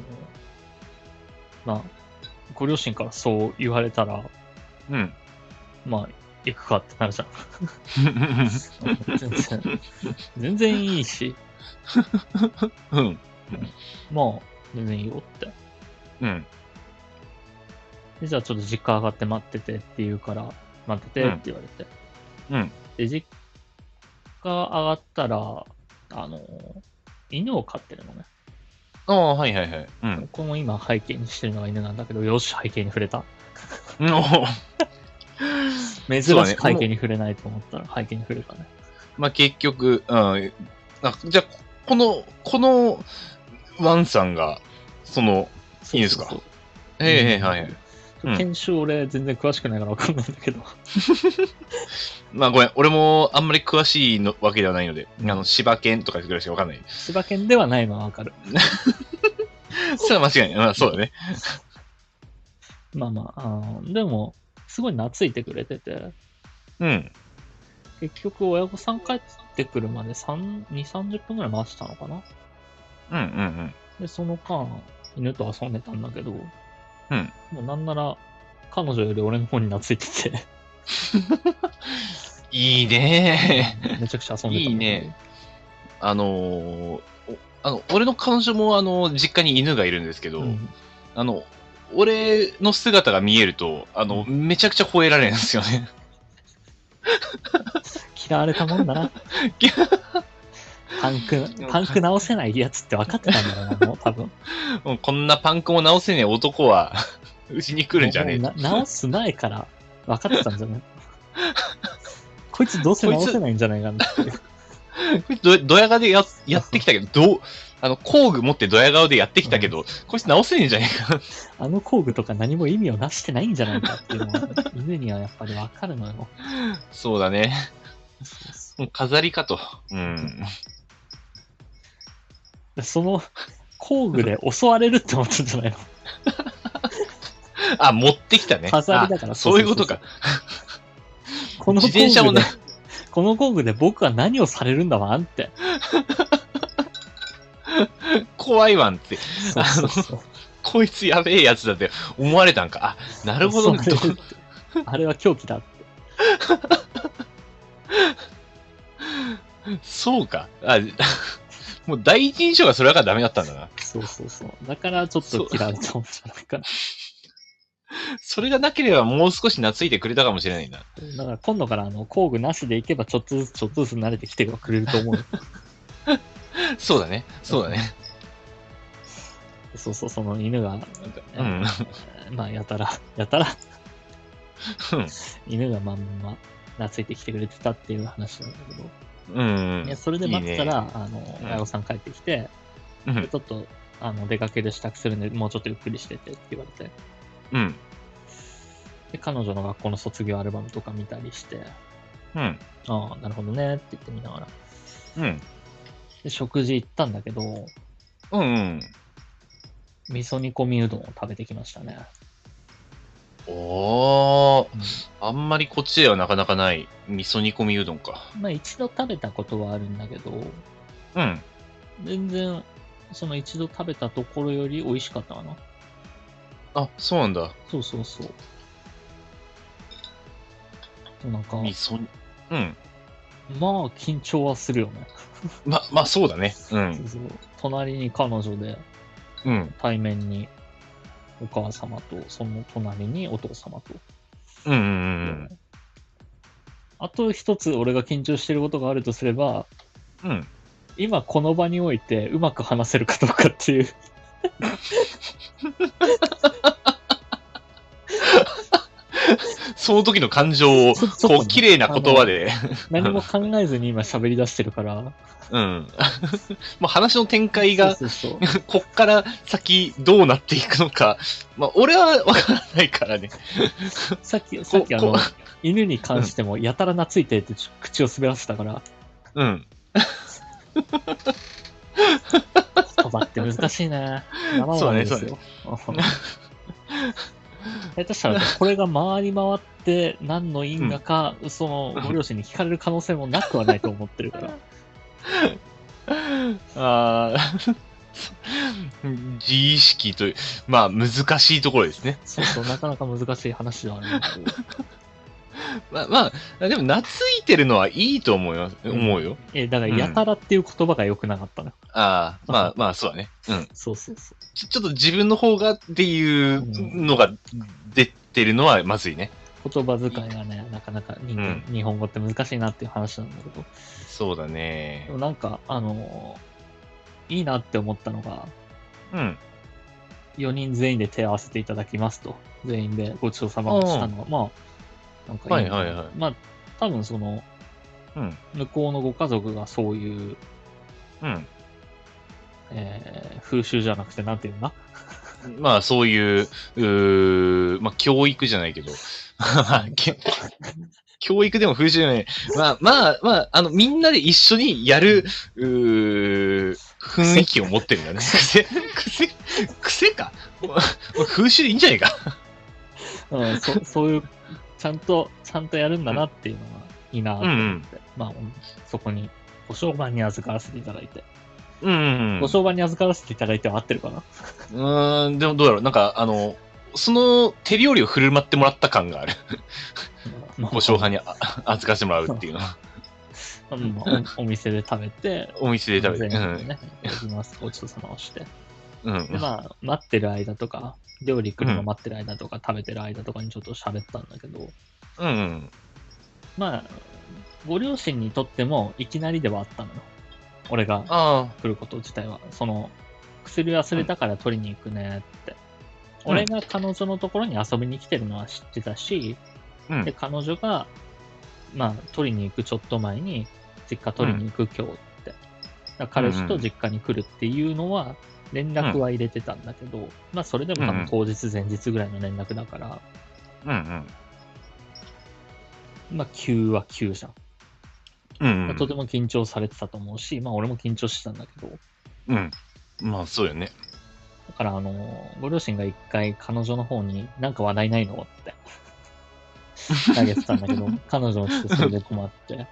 Speaker 1: まあ、ご両親からそう言われたら、
Speaker 2: うん。
Speaker 1: まあ、行くかってなる じゃん。
Speaker 2: う
Speaker 1: 全然、全然いいし、
Speaker 2: ん。
Speaker 1: まあ、全然いいよって。
Speaker 2: うん。
Speaker 1: で、じゃあちょっと実家上がって待っててって言うから、待っててって言われて。
Speaker 2: うん。
Speaker 1: で、実家上がったら、あの、犬を飼ってるのね。
Speaker 2: ああ、はいはいはい。うん。
Speaker 1: この今背景にしてるのが犬なんだけど、よし、背景に触れた。
Speaker 2: うんおー
Speaker 1: 珍し
Speaker 2: そう
Speaker 1: く
Speaker 2: だね
Speaker 1: 背景に触れないと思ったら、背景に触れたね。
Speaker 2: まあ結局、うん。あじゃあ、この、この、ワンさんが、その、いいですか
Speaker 1: そうそうそう
Speaker 2: ええはい
Speaker 1: う
Speaker 2: は
Speaker 1: ん
Speaker 2: い
Speaker 1: ち。ょっと研修俺全然詳しくないからわかんないんだけど。
Speaker 2: まあごめん、俺もあんまり詳しいのわけではないので、あの、柴犬とかぐらいしかわかんない。
Speaker 1: 千葉県ではないのはわかる。
Speaker 2: それは間違いない。まあそうだね。
Speaker 1: まあまあ、あのでも、すごい懐いてくれてて、
Speaker 2: うん。
Speaker 1: 結局親御さん帰ってくるまで3 2、30分ぐらい待ってたのかな。
Speaker 2: うんうん
Speaker 1: で、その間、犬と遊んでたんだけど、
Speaker 2: うん
Speaker 1: もうなんなら、彼女より俺の方に懐い てて、
Speaker 2: うん。いいね
Speaker 1: めちゃくちゃ遊んでたんだけど。
Speaker 2: いいねあのーおあの、俺の彼女も、あの、実家に犬がいるんですけど、
Speaker 1: うん
Speaker 2: あの、俺の姿が見えると、あの、めちゃくちゃ吠えられるんですよね。
Speaker 1: 嫌われたもんだな。パンク、パンク直せないやつって分かってたんだろうな、もう多分。
Speaker 2: もうこんなパンクも直せねえ男は、 うちに来るんじゃねえ
Speaker 1: も
Speaker 2: と
Speaker 1: うな直す前から分かってたんじゃない こいつどうせ直せないんじゃないかなっていう。
Speaker 2: こいつど、ドヤ顔でややってきたけど、どう、あの、工具持ってドヤ顔でやってきたけど、こいつ直せねえんじゃねえか な。
Speaker 1: あの工具とか何も意味をなしてないんじゃないかっていうのは、犬にはやっぱり分かるのよ。
Speaker 2: そうだね。
Speaker 1: そうそう
Speaker 2: もう飾りかと。うん。
Speaker 1: その工具で襲われるって思ったんじゃないの
Speaker 2: あ、持ってきたね。
Speaker 1: 飾りだから
Speaker 2: あそういうことか。
Speaker 1: この
Speaker 2: 自
Speaker 1: 工
Speaker 2: 転車も
Speaker 1: 具で
Speaker 2: な、
Speaker 1: この工具で僕は何をされるんだわんって。
Speaker 2: 怖いわんって。
Speaker 1: そうそうそう。
Speaker 2: こいつやべえやつだって思われたんか。あ、なるほど。
Speaker 1: 襲われ
Speaker 2: ど
Speaker 1: るってあれは狂気だって。
Speaker 2: そうか。あ、 もう第一印象がそれだからダメだったんだな。
Speaker 1: そうそうそう。だからちょっと嫌われたんじゃないかな。
Speaker 2: それがなければもう少し懐いてくれたかもしれないな。
Speaker 1: だから今度からあの工具なしでいけばちょっとずつちょっとずつ慣れてきてはくれると思うよ。
Speaker 2: そうだね。そうだね。
Speaker 1: そうそう、その犬が、
Speaker 2: うん。
Speaker 1: まあやたら、やたら
Speaker 2: うん
Speaker 1: 犬がまんま懐いてきてくれてたっていう話なんだけど、
Speaker 2: うん。
Speaker 1: いやそれで待ってたら、あの、
Speaker 2: うん
Speaker 1: 親御さん帰ってきて、
Speaker 2: うん
Speaker 1: でちょっとあの出かける支度するんで、もうちょっとゆっくりしててって言われて、
Speaker 2: うん。
Speaker 1: で彼女の学校の卒業アルバムとか見たりして、
Speaker 2: うん。
Speaker 1: ああ、なるほどねって言ってみながら。
Speaker 2: うん。
Speaker 1: で、食事行ったんだけど、
Speaker 2: うん。うん。
Speaker 1: 味噌煮込みうどんを食べてきましたね。
Speaker 2: おおー
Speaker 1: うん
Speaker 2: あんまりこっちではなかなかない味噌煮込みうどんか。
Speaker 1: まあ一度食べたことはあるんだけど、
Speaker 2: うん。
Speaker 1: 全然、その一度食べたところより美味しかったかな。
Speaker 2: あ、そうなんだ。
Speaker 1: そうそうそう。でもなんか、
Speaker 2: 味噌煮。うん。
Speaker 1: まあ緊張はするよね。
Speaker 2: ま、まあそうだね。う
Speaker 1: そ
Speaker 2: ん。
Speaker 1: うそう隣に彼女で、
Speaker 2: うん。
Speaker 1: 対面にお母様と、その隣にお父様と。
Speaker 2: うんうんうん
Speaker 1: あと一つ俺が緊張してることがあるとすれば、
Speaker 2: うん。うん。
Speaker 1: 今この場においてうまく話せるかどうかっていう。
Speaker 2: その時の感情 を、
Speaker 1: そそ
Speaker 2: こ
Speaker 1: ね
Speaker 2: う、綺麗な言葉で。
Speaker 1: あの何も考えずに今喋り出してる から。
Speaker 2: うん。まあ話の展開が、
Speaker 1: そうそうそう
Speaker 2: こっから先どうなっていくのか、まあ俺はわからないからね。
Speaker 1: さっき、さっきあの
Speaker 2: こ、
Speaker 1: 犬に関してもやたら懐いてってちょ口を滑らせたから、
Speaker 2: うん。
Speaker 1: 言葉って難しいね。生々しいですよ。下手した ら、これが回り回って何の因果か、そのご両親に聞かれる可能性もなくはないと思ってる から。
Speaker 2: あー 自意識という、まあ難しいところですね。
Speaker 1: そうそう、なかなか難しい話ではあ るんだけど。
Speaker 2: まあ、まあ、でも懐いてるのはいいと思います、
Speaker 1: うん
Speaker 2: 思うよ。
Speaker 1: え、だから、やたらっていう言葉が良くなかったな。
Speaker 2: ああ、ま
Speaker 1: う
Speaker 2: あまあそうだね。うん。
Speaker 1: そうそうそ
Speaker 2: ちちょっと自分の方がっていうのが出てるのはまずいね。
Speaker 1: う。言葉遣いがね、なかなか人間、日本語って難しいなっていう話なんだけど。
Speaker 2: そうだね
Speaker 1: でも。なんか、あのーいいなって思ったのが、
Speaker 2: うん。
Speaker 1: 4人全員で手を合わせていただきますと、全員でごちそうさまをしたのは、まあ、なんかな
Speaker 2: はいはいはい
Speaker 1: まあ、多分その、
Speaker 2: うん。
Speaker 1: 向こうのご家族がそういう、
Speaker 2: うん。
Speaker 1: えー風習じゃなくて、なんていうのか
Speaker 2: まあそういう、うーまあ教育じゃないけど、 まあけ教育でも風習じゃない。まあまあまあ、あのみんなで一緒にやる、うー雰囲気を持ってるんだね。癖、癖、癖か もう風習でいいんじゃないか。
Speaker 1: な、うん、 そそういう、ちゃんと、ちゃんとやるんだなっていうのがいいなと思って、まあ、そこに、ご商売に預からせていただいて、
Speaker 2: うんうん。
Speaker 1: ご商売に預からせていただいては合ってるかな。
Speaker 2: うーん、でもどうだろう。なんか、あの、その手料理を振る舞ってもらった感がある。
Speaker 1: まあ
Speaker 2: ご商販にあ預かせてもらうっていうのは。
Speaker 1: うんまあおお店で食べて、
Speaker 2: お店で食べて。う
Speaker 1: 全員で
Speaker 2: ん。
Speaker 1: ね、いただきます、ごちそうさまをして。
Speaker 2: う
Speaker 1: で
Speaker 2: ん。
Speaker 1: まあ、待ってる間とか、料理来るの待ってる間とか、食べてる間とかにちょっと喋ったんだけど、
Speaker 2: うん。
Speaker 1: まあ、ご両親にとってもいきなりではあったのよ。俺が
Speaker 2: あ
Speaker 1: 来ること自体は。その、薬忘れたから取りに行くねって。
Speaker 2: うん
Speaker 1: 俺が彼女のところに遊びに来てるのは知ってたし、
Speaker 2: あ。うん
Speaker 1: で、。彼女が、まあ、取りに行くちょっと前に、実家取りに行く今日って。だから彼氏と実家に来るっていうのは、連絡は入れてたんだけど、まあ、それでも多
Speaker 2: うんう
Speaker 1: 分
Speaker 2: ん
Speaker 1: 当日、前日ぐらいの連絡だから、
Speaker 2: うん
Speaker 1: まあ、急は急じゃん。
Speaker 2: うん。う
Speaker 1: まあ
Speaker 2: ん。
Speaker 1: とても緊張されてたと思うし、まあ、俺も緊張してたんだけど、
Speaker 2: うん。まあ、そうよね。
Speaker 1: だから、あのーご両親が一回彼女の方に、なんか話題ないの って投げてたんだけど、彼女もちょっとそれで困 って、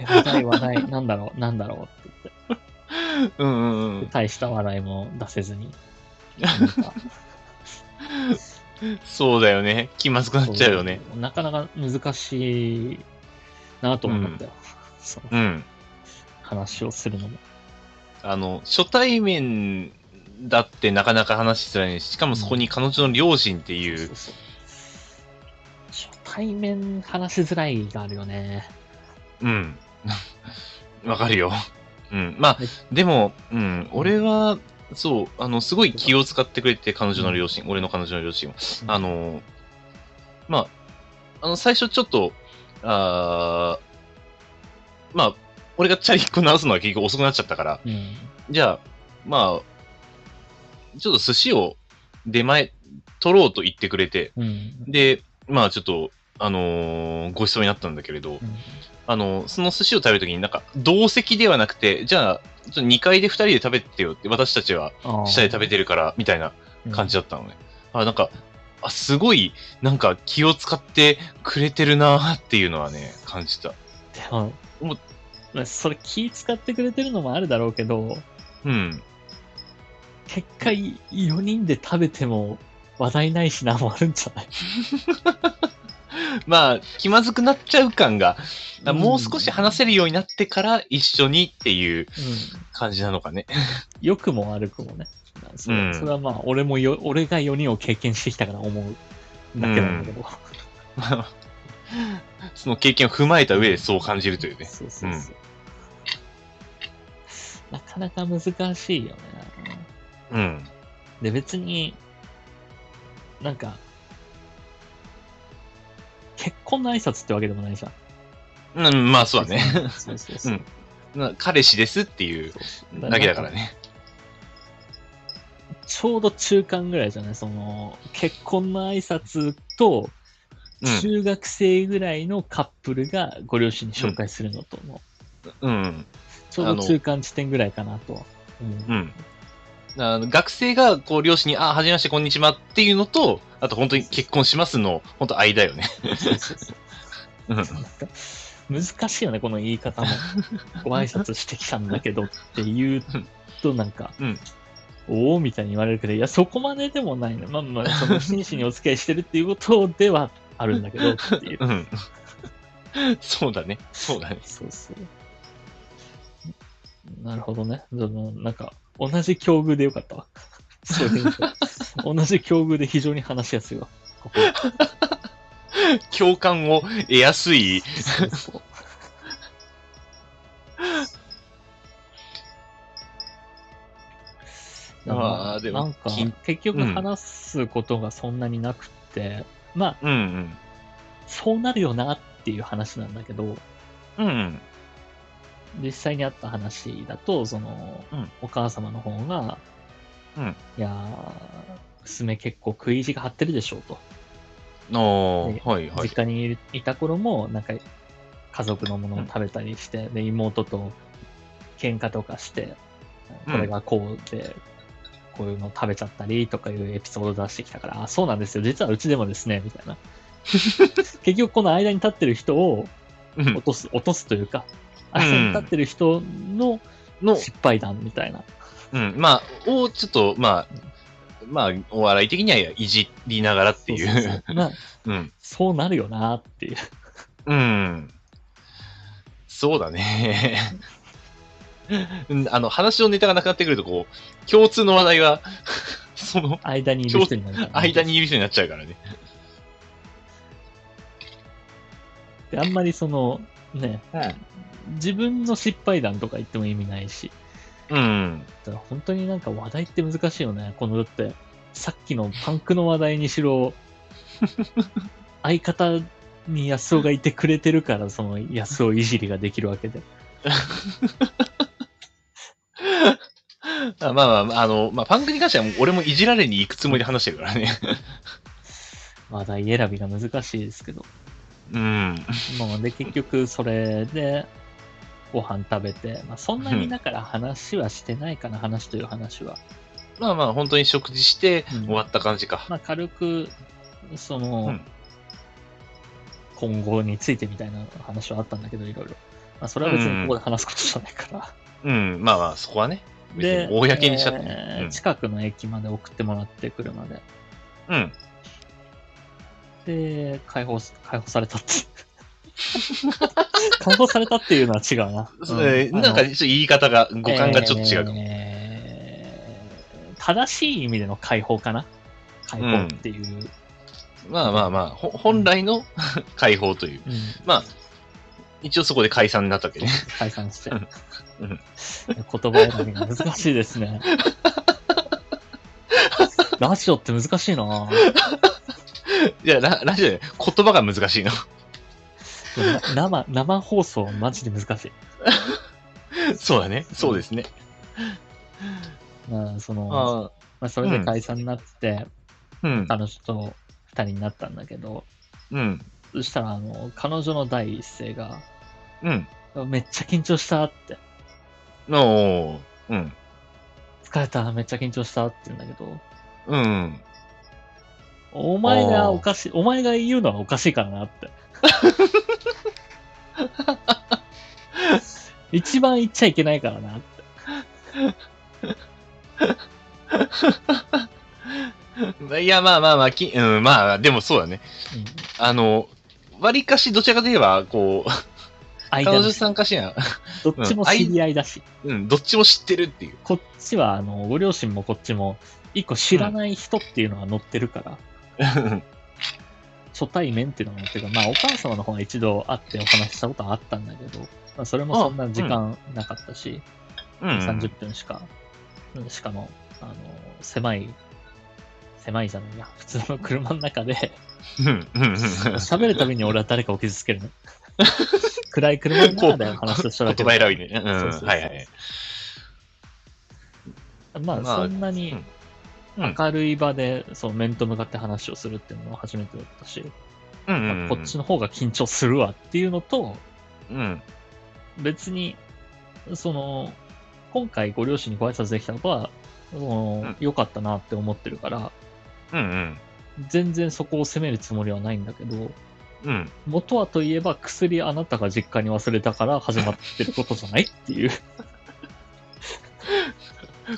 Speaker 1: え話題話題、なんだろう、なんだろうって言って。
Speaker 2: うんうんうん。
Speaker 1: 大した笑いも出せずに。なんか
Speaker 2: そうだよね。気ま ずくなっちゃうよね。。
Speaker 1: そうなかなか難しいなと思ったよ。その
Speaker 2: うん。
Speaker 1: 話をするのも。
Speaker 2: あの、初対面だってなかなか話しづらいし、しかもそこに彼女の両親ってい、
Speaker 1: そううそうそう初対面話しづらいがあるよね。
Speaker 2: うん。 わかるよ。うん。まあ、でも、うん、俺は、そう、あの、すごい気を使ってくれて、彼女の両親、俺の彼女の両親も。あの、まあ、あの、最初ちょっと、あーまあ、俺がチャリック直すのは結局遅くなっちゃったから、
Speaker 1: うん、
Speaker 2: じゃあ、まあ、ちょっと寿司を出前、取ろうと言ってくれて、
Speaker 1: うん。
Speaker 2: で、まあちょっと、あのーご馳走になったんだけれど
Speaker 1: う、ん。
Speaker 2: あの、その寿司を食べるときになんか、同席ではなくて、じゃあ、ちょっと2階で2人で食べてよって、私たちは
Speaker 1: あー
Speaker 2: 下で食べてるから、みたいな感じだったのね。あ、なんか、あ、すごい、なんか気を使ってくれてるなーっていうのはね、感じた。
Speaker 1: でも、もう、それ気使ってくれてるのもあるだろうけど、
Speaker 2: うん。
Speaker 1: 結果4人で食べても話題ないしな、もあるんじゃない
Speaker 2: まあ、気まずくなっちゃう感が、あ
Speaker 1: うん
Speaker 2: もう少し話せるようになってから一緒にってい
Speaker 1: う
Speaker 2: う
Speaker 1: ん。
Speaker 2: 感じなのかね。
Speaker 1: 良くも悪くもね。それ,、
Speaker 2: うん
Speaker 1: それはまあ、俺もよ、俺が4人を経験してきたから思うだけなんだけど。
Speaker 2: まあその経験を踏まえた上でそう感じるというね。
Speaker 1: そうそうそう。なかなか難しいよね。
Speaker 2: うん。
Speaker 1: で、別に、なんか、結婚の挨拶ってわけでもないじゃん。
Speaker 2: うん、まあそうだね。
Speaker 1: そうそうそう。
Speaker 2: うんな彼氏ですっていうだけだからね。
Speaker 1: ちょうど中間ぐらいじゃないその、結婚の挨拶と、
Speaker 2: うん
Speaker 1: 中学生ぐらいのカップルがご両親に紹介するのとの、
Speaker 2: うん。
Speaker 1: ちょうど中間地点ぐらいかなと。うん
Speaker 2: うん。あの学生がこう両親に、あ、はじめまして、こんにちはっていうのと、あと本当に結婚しますの、本当間よね。
Speaker 1: そうそうそう
Speaker 2: うん
Speaker 1: なんか難しいよね、この言い 方も。ご挨拶してきたんだけどっていうと、なんか、
Speaker 2: うん
Speaker 1: おおみたいに言われるけど、いや、そこまででもないね。まあまあ、その真摯にお付き合いしてるっていうことではあるんだけどっていう。
Speaker 2: うん。そうだね。そうだね。
Speaker 1: そうそう。なるほどね。でも、なんか、同じ境遇でよかったわ。そういう意味で同じ境遇で非常に話しやすいわ。ここ
Speaker 2: 共感を得やすい。
Speaker 1: そうそう
Speaker 2: あーでも
Speaker 1: なんか
Speaker 2: きん
Speaker 1: 結局話すことがそんなになくって、まあ
Speaker 2: うん
Speaker 1: そうなるよなっていう話なんだけど
Speaker 2: うん。うん
Speaker 1: 実際にあった話だとその、
Speaker 2: うん
Speaker 1: お母様の方が、
Speaker 2: うん
Speaker 1: いやー娘結構食い意地が張ってるでしょうと、
Speaker 2: うん。お
Speaker 1: で
Speaker 2: ー、はいは
Speaker 1: 実
Speaker 2: い。
Speaker 1: 家にいるいた頃もなんか家族のものを食べたりして、で妹と喧嘩とかして
Speaker 2: うん
Speaker 1: これがこうで、こういうの食べちゃったりとかいうエピソード出してきたからあそうなんですよ実はうちでもですねみたい な結局この間に立ってる人を
Speaker 2: うん
Speaker 1: 落とす落とすというか
Speaker 2: うん
Speaker 1: 間に立ってる人の
Speaker 2: の、
Speaker 1: 失敗談みたいな、
Speaker 2: うん、まあ、をちょっと、まあ、まあ、お笑い的にはいじりながらってい
Speaker 1: そうそう
Speaker 2: う。
Speaker 1: そうまあ
Speaker 2: うん。
Speaker 1: そうなるよなっていう
Speaker 2: うん。そうだね。 うんあの、話のネタがなくなってくると、こう、共通の話題は、 その、
Speaker 1: 間にいる人になるから
Speaker 2: 間にいる人になっちゃうからね。
Speaker 1: であんまりそのね自分の失敗談とか言っても意味ないし、
Speaker 2: うん。
Speaker 1: だから本当になんか話題って難しいよね。このだって、さっきのパンクの話題にし ろ、相方に安尾がいてくれてるから、その安尾いじりができるわけで。
Speaker 2: あまあまあまあ、あの、まあ、パンクに関してはもう俺もいじられに行くつもりで話してるからね。
Speaker 1: 話題選びが難しいですけど。
Speaker 2: うん。
Speaker 1: まあ、で、結局それで、ご飯食べて、まあ、そんなにだから話はしてないかな、話という話は。
Speaker 2: まあまあ、本当に食事して
Speaker 1: うん
Speaker 2: 終わった感じか。
Speaker 1: まあ、軽く、その、
Speaker 2: うん
Speaker 1: 今後についてみたいな話はあったんだけど、いろいろ。まあ、それは別にここで話すことじゃないから。
Speaker 2: うん。まあまあ、そこはね。 別
Speaker 1: で、
Speaker 2: に公にしちゃっても
Speaker 1: えー
Speaker 2: うん
Speaker 1: 近くの駅まで送ってもらって、車で。
Speaker 2: うん。
Speaker 1: で、解放す、解放されたって。 解放されたっていうのは違うな。
Speaker 2: それ
Speaker 1: う
Speaker 2: なんか、
Speaker 1: あ
Speaker 2: ち
Speaker 1: の
Speaker 2: ょっと言い方が、語感がちょっと違うかも。
Speaker 1: えー正しい意味での解放かな。解放っていう。
Speaker 2: まあまあまあ、ほ本来の 解放という。
Speaker 1: うん
Speaker 2: まあ、一応そこで解散になったわけね。
Speaker 1: 解散して。
Speaker 2: うんうん
Speaker 1: 言葉選びが難しいですね。ラジオって難しいなぁ
Speaker 2: いや、ララジオで言葉が難し いの。
Speaker 1: でもな生、生放送はマジで難しい。
Speaker 2: そうだね。そうですね。
Speaker 1: まあ、その、
Speaker 2: あ
Speaker 1: まあ、それで解散になって、
Speaker 2: あ、うん。
Speaker 1: 彼女と二人になったんだけど、
Speaker 2: うん。
Speaker 1: そしたら、あの、彼女の第一声が、
Speaker 2: うん。
Speaker 1: めっちゃ緊張したって、
Speaker 2: おーうん。
Speaker 1: 疲れた、めっちゃ緊張したって言うんだけど、
Speaker 2: うん。
Speaker 1: お前
Speaker 2: あ
Speaker 1: が
Speaker 2: ー
Speaker 1: おかしい、お前が言うのはおかしいからな って。一番言っちゃいけないからなって。
Speaker 2: いや、まあまあまあ、きうん、まあ、でもそうだね。
Speaker 1: うん
Speaker 2: あの、割かし、どちらかといえば、こう、
Speaker 1: 間
Speaker 2: 彼
Speaker 1: だ
Speaker 2: 女
Speaker 1: し
Speaker 2: さんかしら、
Speaker 1: どっちも知り合いだし、
Speaker 2: うん、どっちも知ってるっていう。
Speaker 1: こっちは、あの、ご両親もこっちも、一個知らない人っていうのが載ってるから、初対面っていうのが載ってるから、まあ、お母様の方が一度会ってお話ししたことはあったんだけど、まあ、それもそんな時間なかったし、
Speaker 2: うん、
Speaker 1: 30分しか、うんしかも、あの、狭い、狭いじゃないや、普通の車の中で、
Speaker 2: うん、うん、うん。
Speaker 1: 喋るたびに俺は誰かを傷つけるの。暗い車の中で話をしただけ
Speaker 2: 言
Speaker 1: だ
Speaker 2: 葉選びね。うん、
Speaker 1: そうそうそう
Speaker 2: はいはい。
Speaker 1: まあ、
Speaker 2: まあ
Speaker 1: そんなに
Speaker 2: うんうん
Speaker 1: 明るい場で、そう、面と向かって話をするっていうのは初めてだったし、
Speaker 2: うんうん
Speaker 1: ま
Speaker 2: う
Speaker 1: あ
Speaker 2: ん、
Speaker 1: こっちの方が緊張するわっていうのと、
Speaker 2: うん、
Speaker 1: 別に、その、今回ご両親にご挨拶できたことは、その良かったなって思ってるから、
Speaker 2: うん、
Speaker 1: 全然そこを責めるつもりはないんだけど、
Speaker 2: うん、うん。
Speaker 1: 元はといえば薬あなたが実家に忘れたから始まってることじゃないっていう。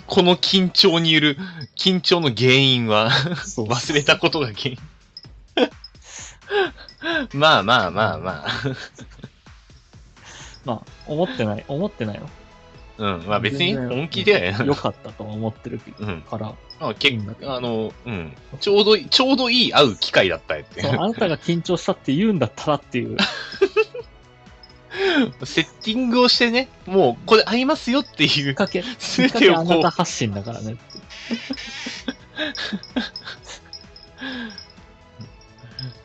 Speaker 2: この緊張による、緊張の原因は、
Speaker 1: そう
Speaker 2: 忘れたことが原因。 まあまあまあまあ。
Speaker 1: まあ、思ってない、思ってないよ。
Speaker 2: うん、まあ別に
Speaker 1: 全然
Speaker 2: 本気で、
Speaker 1: 良かったとは思ってる
Speaker 2: うん。
Speaker 1: から、
Speaker 2: まあ
Speaker 1: いい
Speaker 2: 結
Speaker 1: んだけど
Speaker 2: あの、うん。ちょうどいい、ちょうどいい会う機会だったよって
Speaker 1: そ。うあなたが緊張したって言うんだったらって いう、
Speaker 2: セッティングをしてね、もうこれ合いますよっていう、
Speaker 1: かけ、
Speaker 2: すべ
Speaker 1: か
Speaker 2: て
Speaker 1: けあ
Speaker 2: をこ
Speaker 1: な
Speaker 2: う
Speaker 1: た、発信だからねって。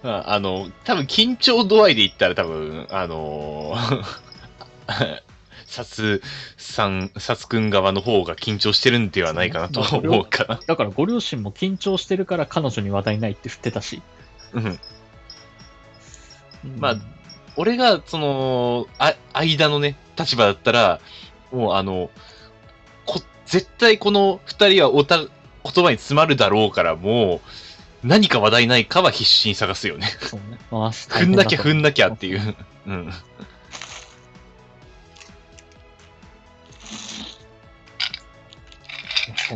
Speaker 2: まああの、多分緊張度合いで言ったら多分、あの ー、サツさん、サツくん側の方が緊張してるんではないかなと
Speaker 1: そうね
Speaker 2: 思うか
Speaker 1: だからご両親も緊張してるから彼女に話題ないって振ってたし。
Speaker 2: ら。うん。
Speaker 1: うん
Speaker 2: まあ俺が、その、あ、間のね、立場だったら、もうあの、こ、絶対この二人はおた、言葉に詰まるだろうから、もう、何か話題ないかは必死に探すよね。
Speaker 1: そうね。回し
Speaker 2: 踏んなきゃ踏んなきゃっていう。うん。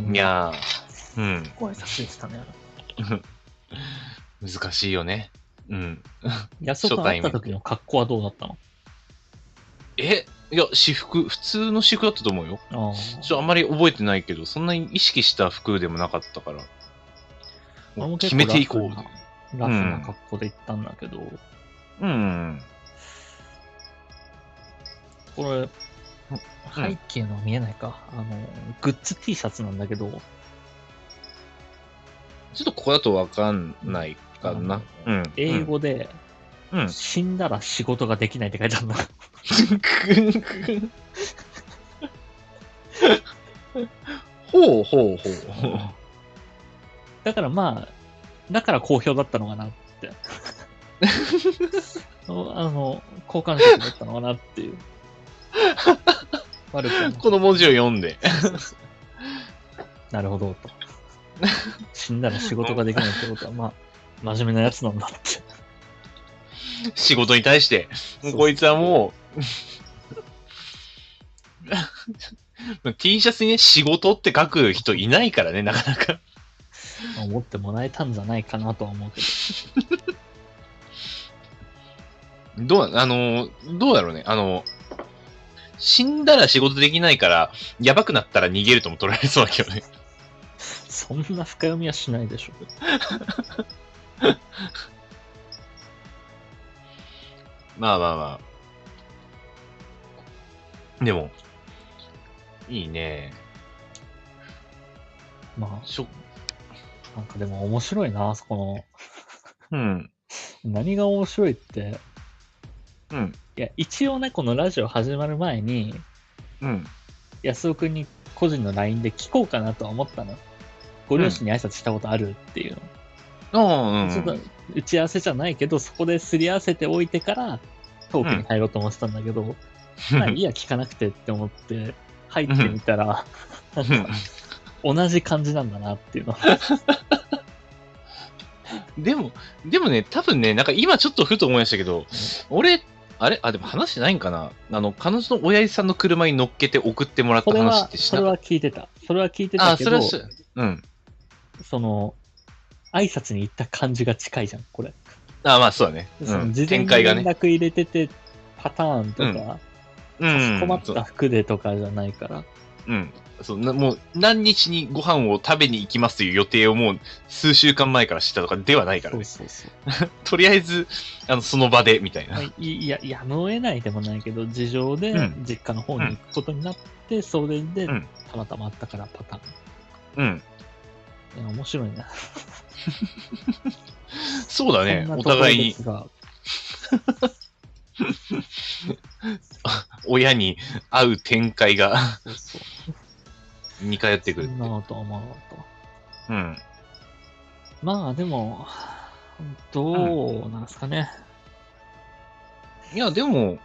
Speaker 2: い
Speaker 1: いや、
Speaker 2: やー、うん。
Speaker 1: ご挨拶でしたね。
Speaker 2: 難しいよね。うん。
Speaker 1: 安岡会った時の格好はどうだったの
Speaker 2: え、いや、私服、普通の私服だったと思うよ。
Speaker 1: あ
Speaker 2: ちょ、あんまり覚えてないけど、そんなに意識した服でもなかったから。
Speaker 1: あ
Speaker 2: も
Speaker 1: も
Speaker 2: う
Speaker 1: う結構
Speaker 2: 決めていこ
Speaker 1: 楽
Speaker 2: う。
Speaker 1: あ、ラフな格好で行ったんだけど、
Speaker 2: うん。
Speaker 1: これ、背景の見えないか。あの、グッズ T シャツなんだけど、
Speaker 2: ちょっとここだとわかんないかな。うん。
Speaker 1: 英語で、
Speaker 2: うん。うん。
Speaker 1: 死んだら仕事ができないって書いてあるの。
Speaker 2: ほうほうほう。
Speaker 1: だからまあ、だから好評だったのかな って。おあの、好感触だったのかなっていう。悪くはない
Speaker 2: この文字を読んで。
Speaker 1: なるほど、と。死んだら仕事ができないってことは、まあ、真面目なやつなんだって。
Speaker 2: 仕事に対して、
Speaker 1: そうそう
Speaker 2: こいつはも う、T シャツにね、仕事って書く人いないからね、なかなか。
Speaker 1: まあ思ってもらえたんじゃないかなとは思うけど。
Speaker 2: どうな、あの、どうだろうね。あの、死んだら仕事できないから、やばくなったら逃げるとも取られそうだけどね。
Speaker 1: そんな深読みはしないでしょ。
Speaker 2: まあまあまあ。でも、いいね。
Speaker 1: ま
Speaker 2: しょ、
Speaker 1: あ、なんかでも面白いな、あそこの。
Speaker 2: うん、
Speaker 1: 何が面白いって。
Speaker 2: うん、
Speaker 1: いや、一応ね、このラジオ始まる前に、
Speaker 2: うん、
Speaker 1: 安尾くんに個人の LINE で聞こうかなとは思ったの。ご両親に挨拶したことあるっていう
Speaker 2: あ
Speaker 1: の。ちょっ
Speaker 2: ー
Speaker 1: と打ち合わせじゃないけど、そこですり合わせておいてからトークに入ろうと思ってたんだけど、
Speaker 2: うん。
Speaker 1: まあいいや、聞かなくてって思って入ってみたら、なんか同じ感じなんだなっていうの。
Speaker 2: でも、でもね、多分ね、なんか今ちょっとふと思いましたけど、俺、あれあ、でも話してないんかなあの、彼女の親父さんの車に乗っけて送ってもらった
Speaker 1: それは
Speaker 2: 話っ、てし
Speaker 1: そ
Speaker 2: な
Speaker 1: れ
Speaker 2: かっ
Speaker 1: は聞いてた。それは聞いて
Speaker 2: た。
Speaker 1: た
Speaker 2: あ、
Speaker 1: け
Speaker 2: それ
Speaker 1: ど、
Speaker 2: は
Speaker 1: そ
Speaker 2: し、うん。
Speaker 1: の、挨拶に行った感じが近いじゃん、これ。
Speaker 2: あ、まあそうだね。
Speaker 1: そうの
Speaker 2: ん、
Speaker 1: 事前
Speaker 2: 展
Speaker 1: に
Speaker 2: 開が
Speaker 1: 連
Speaker 2: ね。
Speaker 1: 絡入れてて、パターンと
Speaker 2: うん
Speaker 1: か、
Speaker 2: うん。
Speaker 1: 困った服でとかじゃないから。
Speaker 2: うん。そうなもう何日にご飯を食べに行きますという予定をもう数週間前から知ったとかではないから
Speaker 1: そう
Speaker 2: ね。
Speaker 1: そうそう。
Speaker 2: とりあえず、あのその場でみたいな。
Speaker 1: まあいいや、やむを得ないでもないけど、事情で
Speaker 2: うん
Speaker 1: 実家の方に行くことになって、それで
Speaker 2: うん
Speaker 1: たまたまあったからパター
Speaker 2: うん。
Speaker 1: ン。いや、面白いな。
Speaker 2: そうだね。
Speaker 1: そんな
Speaker 2: お
Speaker 1: ところ
Speaker 2: 互い
Speaker 1: で
Speaker 2: に
Speaker 1: すが
Speaker 2: 親に会う展開が
Speaker 1: そうそう。
Speaker 2: 似通ってくるっ
Speaker 1: そん
Speaker 2: て
Speaker 1: なことは思わなかったわ。
Speaker 2: うん。
Speaker 1: まあ、でも、どうなんですかね。
Speaker 2: いや、でも、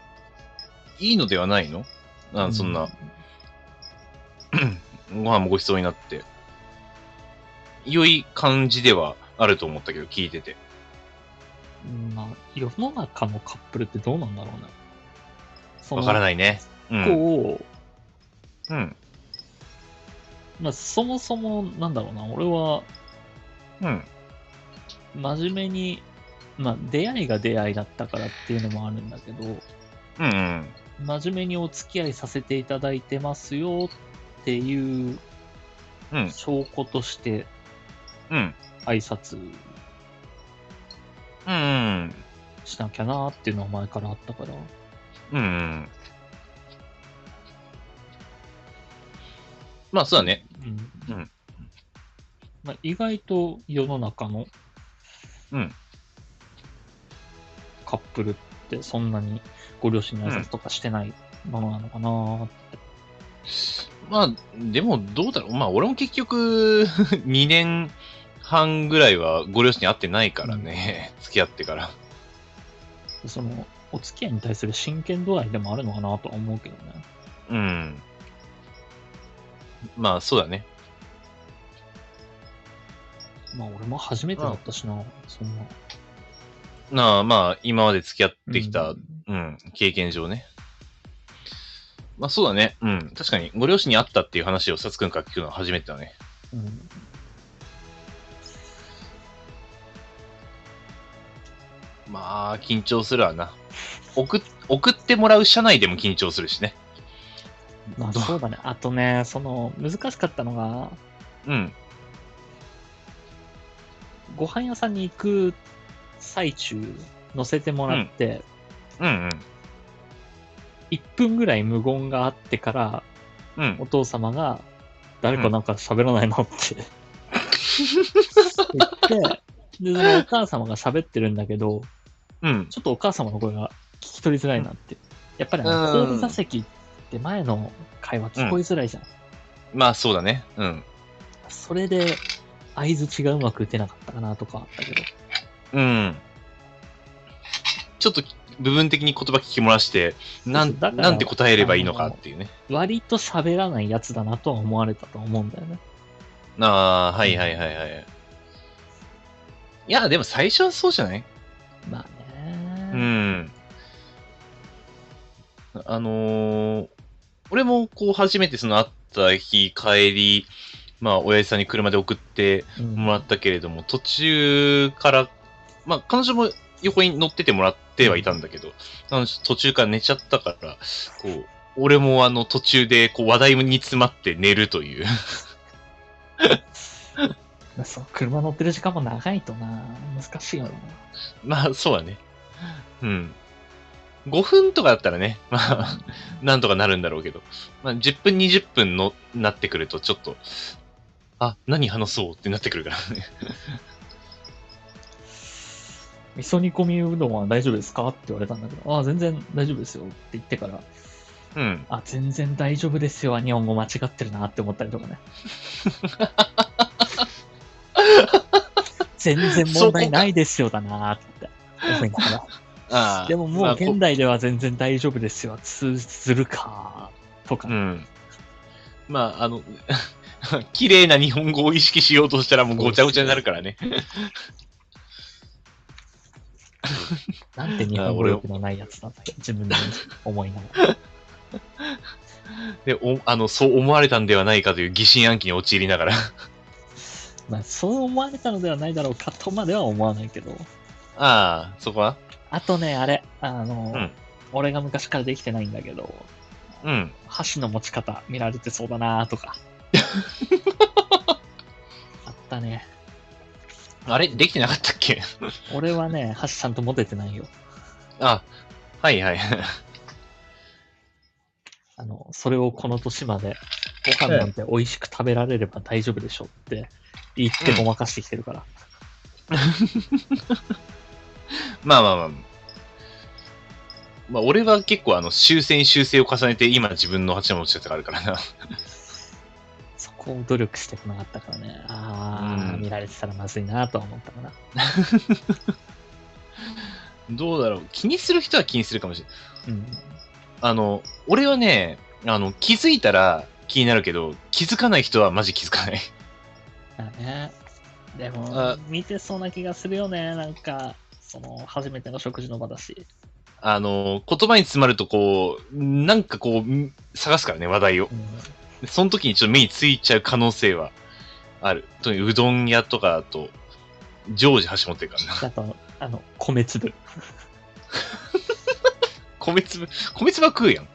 Speaker 2: いいのではないのあそん
Speaker 1: う
Speaker 2: な、ご飯もごちそうになって。良い感じではあると思ったけど、聞いてて。
Speaker 1: うんまあ、世の中のカップルってどうなんだろうね。そ
Speaker 2: わから
Speaker 1: い。
Speaker 2: ないね。うん。
Speaker 1: こう、
Speaker 2: うん。
Speaker 1: まあ、そもそも、なんだろうな、俺は、
Speaker 2: うん。
Speaker 1: 真面目に、まあ、出会いが出会いだったからっていうのもあるんだけど、
Speaker 2: うんうん。
Speaker 1: 真面目にお付き合いさせていただいてますよっていう
Speaker 2: うん。
Speaker 1: 証拠として
Speaker 2: うん。
Speaker 1: 挨拶
Speaker 2: うん。
Speaker 1: しなきゃなーっていうのは前からあったから、
Speaker 2: うん。まあ、そうだね。
Speaker 1: うん
Speaker 2: うん
Speaker 1: まあ、意外と世の中の
Speaker 2: うん
Speaker 1: カップルってそんなにご両親の挨拶とかしてないものなのかなーって、
Speaker 2: まあ、でも、どうだろう。まあ、俺も結局、2年半ぐらいはご両親に会ってないからね。 付き合ってから。
Speaker 1: そのお付き合いに対する真剣度合いでもあるのかなとは思うけどね。
Speaker 2: うん。まあ、そうだね。
Speaker 1: まあ俺も初めてだったしな、そんな。
Speaker 2: なあ、まあ、今まで付き合ってきた、
Speaker 1: う
Speaker 2: うんん、経験上ね。まあ、そうだね。うん。確かに、ご両親に会ったっていう話をさつくんから聞くのは初めてだね。
Speaker 1: うん
Speaker 2: まあ、緊張するわな。送っ送ってもらう社内でも緊張するしね。
Speaker 1: まあ
Speaker 2: ど
Speaker 1: そうだね。あとね、その難しかったのが、
Speaker 2: うん。
Speaker 1: ご飯屋さんに行く最中、乗せてもらって、
Speaker 2: うん
Speaker 1: 1分ぐらい無言があってから、
Speaker 2: うん。うん
Speaker 1: お。父様が、誰かなんか喋らないのって、言って、で、そのお母様が喋ってるんだけど、
Speaker 2: うん。
Speaker 1: ちょっとお母様の声が聞き取りづらいなって。やっぱりあの、
Speaker 2: うん
Speaker 1: 後部座席って前の会話聞こえづらいじゃん。
Speaker 2: まあ、そうだね。うん。
Speaker 1: それで、合図違がうまく打てなかったかなとかあったけど。
Speaker 2: うん。ちょっと、部分的に言葉聞き漏らして、な
Speaker 1: そうだか
Speaker 2: ん、
Speaker 1: ら
Speaker 2: なんて答えればいいのかっていうね。
Speaker 1: 割と喋らないやつだなとは思われたと思うんだよね。
Speaker 2: ああ、はいはいはいはい。いや、でも最初はそうじゃない
Speaker 1: まあ
Speaker 2: う
Speaker 1: ね。
Speaker 2: ん。あのー俺もこう初めてその会った日帰り、まあ親父さんに車で送って
Speaker 1: うん
Speaker 2: もらったけれども、途中から、まあ彼女も横に乗っててもらってはいたんだけど、彼女途中から寝ちゃったから、こう、俺もあの途中でこう話題に詰まって寝るという。
Speaker 1: そう、車乗ってる時間も長いとな、難しいよな。
Speaker 2: まあ、そうだね。うん。5分とかだったらね、まあ、なんとかなるんだろうけど、まあ、10分、20分の、なってくると、ちょっと、あ、何話そうってなってくるからね。
Speaker 1: 味噌煮込みうどんは大丈夫ですかって言われたんだけど、ああ、全然大丈夫ですよって言ってから、
Speaker 2: うん。
Speaker 1: あ、全然大丈夫ですよは日本語間違ってるなって思ったりとか ね。全然問題ないですよだなって思いながら。
Speaker 2: あ
Speaker 1: でももう現代では全然大丈夫ですよ。通ずるか。とか、
Speaker 2: まあこうん。まあ、あの、 綺麗な日本語を意識しようとしたらもうごちゃごちゃになるからね。
Speaker 1: なんて日本語力のないやつなんだよ、自分で思いながら。
Speaker 2: でおあの、そう思われたんではないかという疑心暗鬼に陥りながら。
Speaker 1: まあ、そう思われたのではないだろうかとまでは思わないけど。
Speaker 2: ああ、そこは
Speaker 1: あとね、あれ、あの、
Speaker 2: うん
Speaker 1: 俺が昔からできてないんだけど、
Speaker 2: うん。
Speaker 1: 箸の持ち方見られてそうだなと か。あったね。
Speaker 2: あれできてなかったっけ
Speaker 1: 俺はね、箸ちゃんと持ててないよ。
Speaker 2: あ、はいはい。
Speaker 1: あの、それをこの年まで、ご飯なんて美味しく食べられれば大丈夫でしょって言ってごまかしてきてるから。
Speaker 2: まあまあまあ。まあ、俺は結構あの修正に修正を重ねて今自分の8の持ち方があるからな。
Speaker 1: そこを努力してこなかったからね。ああ、
Speaker 2: うん
Speaker 1: 見られてたらまずいなとは思ったかな。
Speaker 2: どうだろう。気にする人は気にするかもしれない。
Speaker 1: うん。
Speaker 2: あの、俺はね、あの、気づいたら気になるけど、気づかない人はマジ気づかない。
Speaker 1: だね。でも
Speaker 2: あ、
Speaker 1: 見てそうな気がするよね。なんか、その、初めての食事の場だし。
Speaker 2: あの、言葉に詰まるとこう、なんかこうん探すからね、話題を
Speaker 1: う。ん。
Speaker 2: その時にちょっと目についちゃう可能性はある。特にうどん屋とかだと、常時箸持ってるからな。
Speaker 1: あと、あの、米粒。
Speaker 2: 米粒、米粒は食うやん。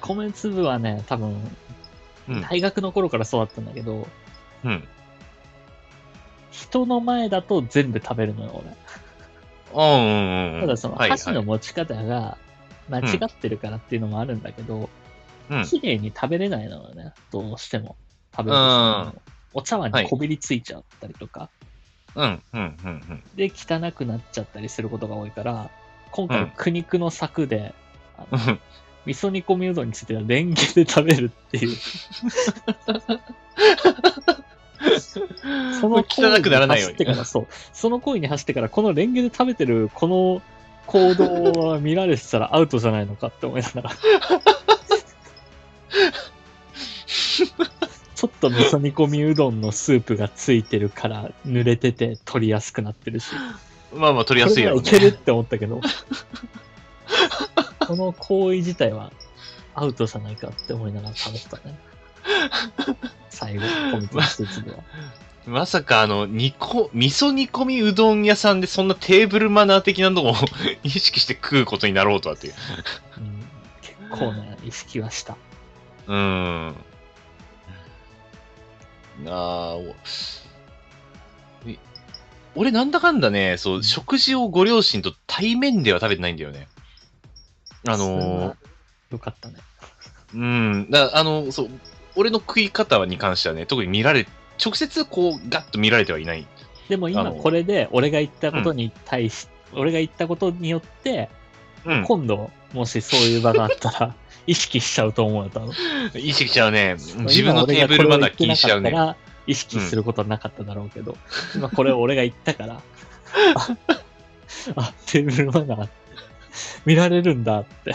Speaker 1: 米粒はね、多分、
Speaker 2: うん
Speaker 1: 大学の頃からそうだったんだけど、
Speaker 2: うん。
Speaker 1: 人の前だと全部食べるのよ、俺。
Speaker 2: ああうんうんうん。
Speaker 1: ただその
Speaker 2: はいはい
Speaker 1: 箸の持ち方が間違ってるからっていうのもあるんだけど、
Speaker 2: うん
Speaker 1: 綺麗に食べれないのよね、どうしても。食べる
Speaker 2: うん
Speaker 1: お茶碗にこびりついちゃったりとか、
Speaker 2: うん、うん、うん、
Speaker 1: で、汚くなっちゃったりすることが多いから、今回
Speaker 2: うん
Speaker 1: の苦肉の策で、あ
Speaker 2: う
Speaker 1: の
Speaker 2: ん。
Speaker 1: 味噌煮込みうどんについてはレンゲで食べるって いう、その行為
Speaker 2: 汚くならないよう
Speaker 1: 走って
Speaker 2: に
Speaker 1: か。ら、そう。その行為に走ってから、このレンゲで食べてる、この行動は見られてたらアウトじゃないのかって思いながら。 ちょっと味噌煮込みうどんのスープがついてるから濡れてて取りやすくなってるし、
Speaker 2: まあまあ取りやすいやろう
Speaker 1: これならいけ
Speaker 2: ね。
Speaker 1: るって思ったけ ど、この行為自体はアウトじゃないかって思いながら食べてたね。最後、コミットしてつぶは。
Speaker 2: まさかあの、煮こ、味噌煮込みうどん屋さんでそんなテーブルマナー的なのを意識して食うことになろうとはっていう。
Speaker 1: うん結構ね、意識はした。
Speaker 2: うーん。ああ、おえ俺なんだかんだね、そう、食事をご両親と対面では食べてないんだよね。あ
Speaker 1: それは
Speaker 2: の
Speaker 1: よかったね。
Speaker 2: ー、うん、だあの、そう、俺の食い方に関してはね、特に見られ、直接こう、ガッと見られてはいない。
Speaker 1: でも
Speaker 2: あ
Speaker 1: 今
Speaker 2: の
Speaker 1: これで俺が言ったことに対し、俺が言ったことによって、
Speaker 2: うん。
Speaker 1: 今度もしそういう場があった ら意識しちゃうと思うよ、多分。
Speaker 2: 意識しちゃうね。自分のテーブルマナー気にしちゃうね。
Speaker 1: ね。意識することはなかっただろうけど、今これ俺が言ったから、ああ、テーブルマナー見られるんだ って。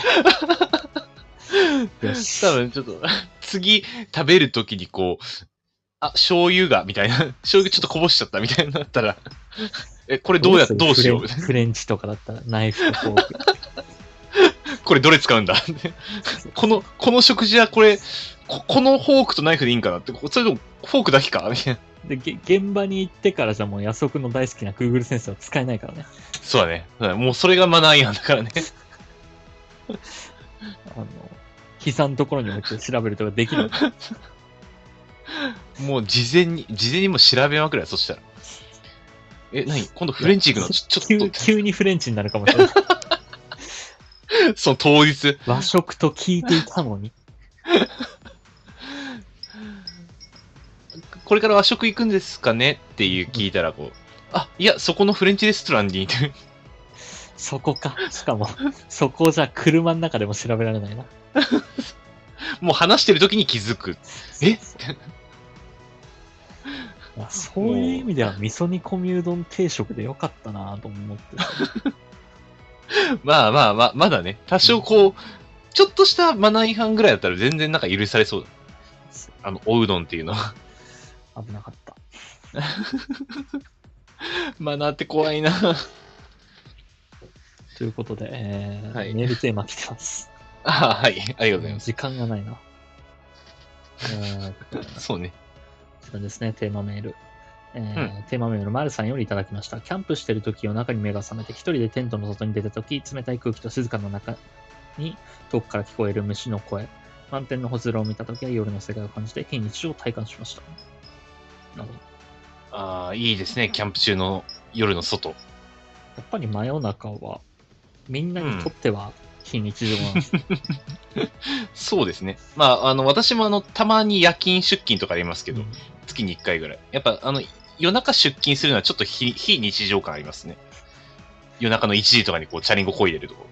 Speaker 1: よし
Speaker 2: 多分ちょっと、次食べるときにこう、あ、醤油が、みたいな。醤油ちょっとこぼしちゃったみたいになったら、え、これどうや、どうしよ
Speaker 1: フ
Speaker 2: う
Speaker 1: レ。ンフレンチとかだったらナイフとフォーク。
Speaker 2: これどれ使うんだこの、この食事はこれ、ここのフォークとナイフでいいんかなって、こそれともフォークだけかみたいな。
Speaker 1: で、げ現場に行ってからじゃもう安岡の大好きな Google 先生は使えないからね。
Speaker 2: そうだね。そうだねもうそれがマナー違反だからね。
Speaker 1: あの、膝のところに置いて調べるとかできない。
Speaker 2: もう事前に、事前にもう調べまくるや、そしたら。え、何今度フレンチ行くのちょちょ
Speaker 1: 急
Speaker 2: っ
Speaker 1: 急にフレンチになるかもしれない。
Speaker 2: と、その当日。
Speaker 1: 和食と聞いていたのに。
Speaker 2: これから和食行くんですかねっていう聞いたらこう、あ、いや、そこのフレンチレストランに行って、
Speaker 1: そこか。しかも、そこじゃ車の中でも調べられないな。
Speaker 2: もう話してる時に気づく。え
Speaker 1: まあそういう意味では味噌煮込みうどん定食でよかったなと思って。
Speaker 2: まあまあまあ、まだね、多少こう、ちょっとしたマナー違反ぐらいだったら全然なんか許されそうだ。あの、おうどんっていうのは。
Speaker 1: 危なかった。
Speaker 2: マナーって怖いな。
Speaker 1: ということで、えー
Speaker 2: はい
Speaker 1: メールテーマ来てます。
Speaker 2: ああ、はい。ありがとうございます。
Speaker 1: 時間がないな。えー
Speaker 2: そうね。
Speaker 1: そうですね、テーマメール。えーテーマメール、マルさんよりいただきました。キャンプしてるとき、夜中に目が覚めて、一人でテントの外に出たとき、冷たい空気と静かな中に、遠くから聞こえる虫の声、満天の星空を見たときは夜の世界を感じて、非日常を体感しました。なるほど
Speaker 2: ああ、いいですね。キャンプ中の夜の外。
Speaker 1: やっぱり真夜中は、みんなにとっては非日常なんですね、
Speaker 2: そうですね。まあ、あの、私もあの、たまに夜勤出勤とかありますけ
Speaker 1: け
Speaker 2: ど、
Speaker 1: ど、
Speaker 2: 月に1回ぐらい。やっぱ、あの、夜中出勤するのはちょっと非非日常感ありますね。夜中の1時とかにこう、チャリンコ漕いでるとこ。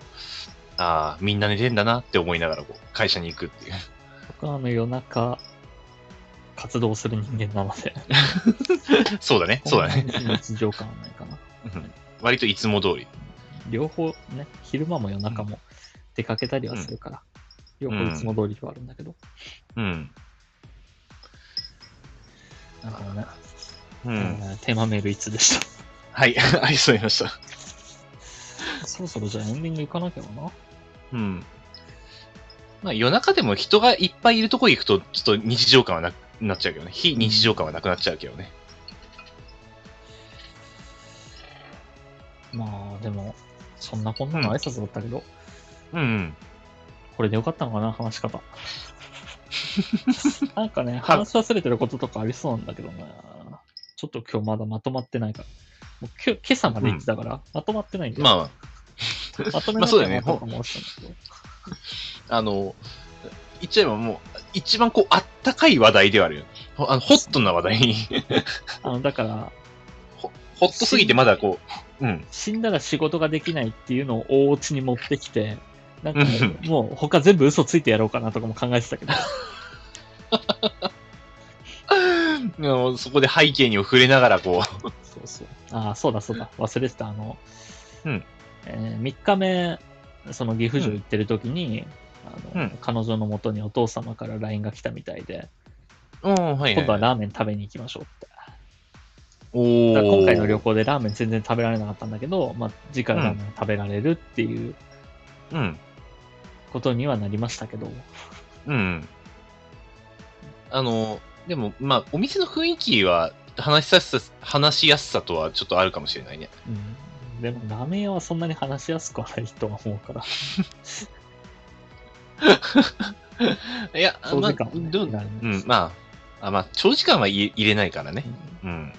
Speaker 2: ああ、みんな寝てんだなって思いながら、こう、会社に行くっていう。
Speaker 1: 僕はあの夜中、活動する人間なので、
Speaker 2: そうだね、そうだね。
Speaker 1: こんなに非日常感はないかな。
Speaker 2: うん割といつも通り。
Speaker 1: 両方ね、昼間も夜中も出かけたりはするから、両方いつも通りではあるんだけど、
Speaker 2: うん。
Speaker 1: なるほどね、
Speaker 2: う
Speaker 1: え
Speaker 2: ん。
Speaker 1: ーテーマメールいつでした。
Speaker 2: はい、 ありがとうございました。
Speaker 1: そろそろじゃあエンディング行かなきゃだな。
Speaker 2: うん。まあ夜中でも人がいっぱいいるとこ行くと、ちょっと日常感はなくなっちゃうけどね。非日常感はなくなっちゃうけどね。
Speaker 1: まあでも、そんなこんなの挨拶だったけど、
Speaker 2: うん、うん。
Speaker 1: これでよかったのかな、話し 方。なんかね、話し忘れてることとかありそうなんだけどな。ちょっと今日まだまとまってないから。もう今日今朝まで言ってたから、まとまってないんだよ。
Speaker 2: まあ、
Speaker 1: まとめ
Speaker 2: ま
Speaker 1: な
Speaker 2: あそう
Speaker 1: きゃ
Speaker 2: だよね
Speaker 1: なとか思ってたんだけど。
Speaker 2: あの、言っちゃえばもう、一番こう、あったかい話題ではあるよ。ほあのホットな話題に。
Speaker 1: あの、だから、
Speaker 2: ほホットすぎてまだこう、うん。
Speaker 1: 死んだら仕事ができないっていうのを大オチに持ってきて、なんかもう
Speaker 2: う
Speaker 1: もう他全部嘘ついてやろうかなとかも考えてたけど、
Speaker 2: あのそこで背景に触れながらこ
Speaker 1: そうそう。ああ、そうだそうだ、忘れてた。あの、
Speaker 2: うん
Speaker 1: え3日目、その岐阜城行ってる時に、あの
Speaker 2: うん
Speaker 1: 彼女の元にお父様から LINE が来たみたいで、
Speaker 2: う、うん、はい、
Speaker 1: 今度は
Speaker 2: はい。
Speaker 1: ラーメン食べに行きましょうって。
Speaker 2: お
Speaker 1: だから
Speaker 2: ー
Speaker 1: 今回の旅行でラーメン全然食べられなかったんだけど、まあ、次回ラーメン食べられるっていう
Speaker 2: うん。
Speaker 1: ことにはなりましたけど、
Speaker 2: うん。あの、でも、まあ、お店の雰囲気は、話しやすさ、話しやすさとはちょっとあるかもしれないね。
Speaker 1: うんでもラーメン屋はそんなに話しやすくはないとは思うから、
Speaker 2: いや、
Speaker 1: 長時間
Speaker 2: ま
Speaker 1: は
Speaker 2: あ、
Speaker 1: ね
Speaker 2: どう
Speaker 1: いられない
Speaker 2: うん、まあ、あまあ、長時間は入れ入れないからね。
Speaker 1: うん
Speaker 2: うん。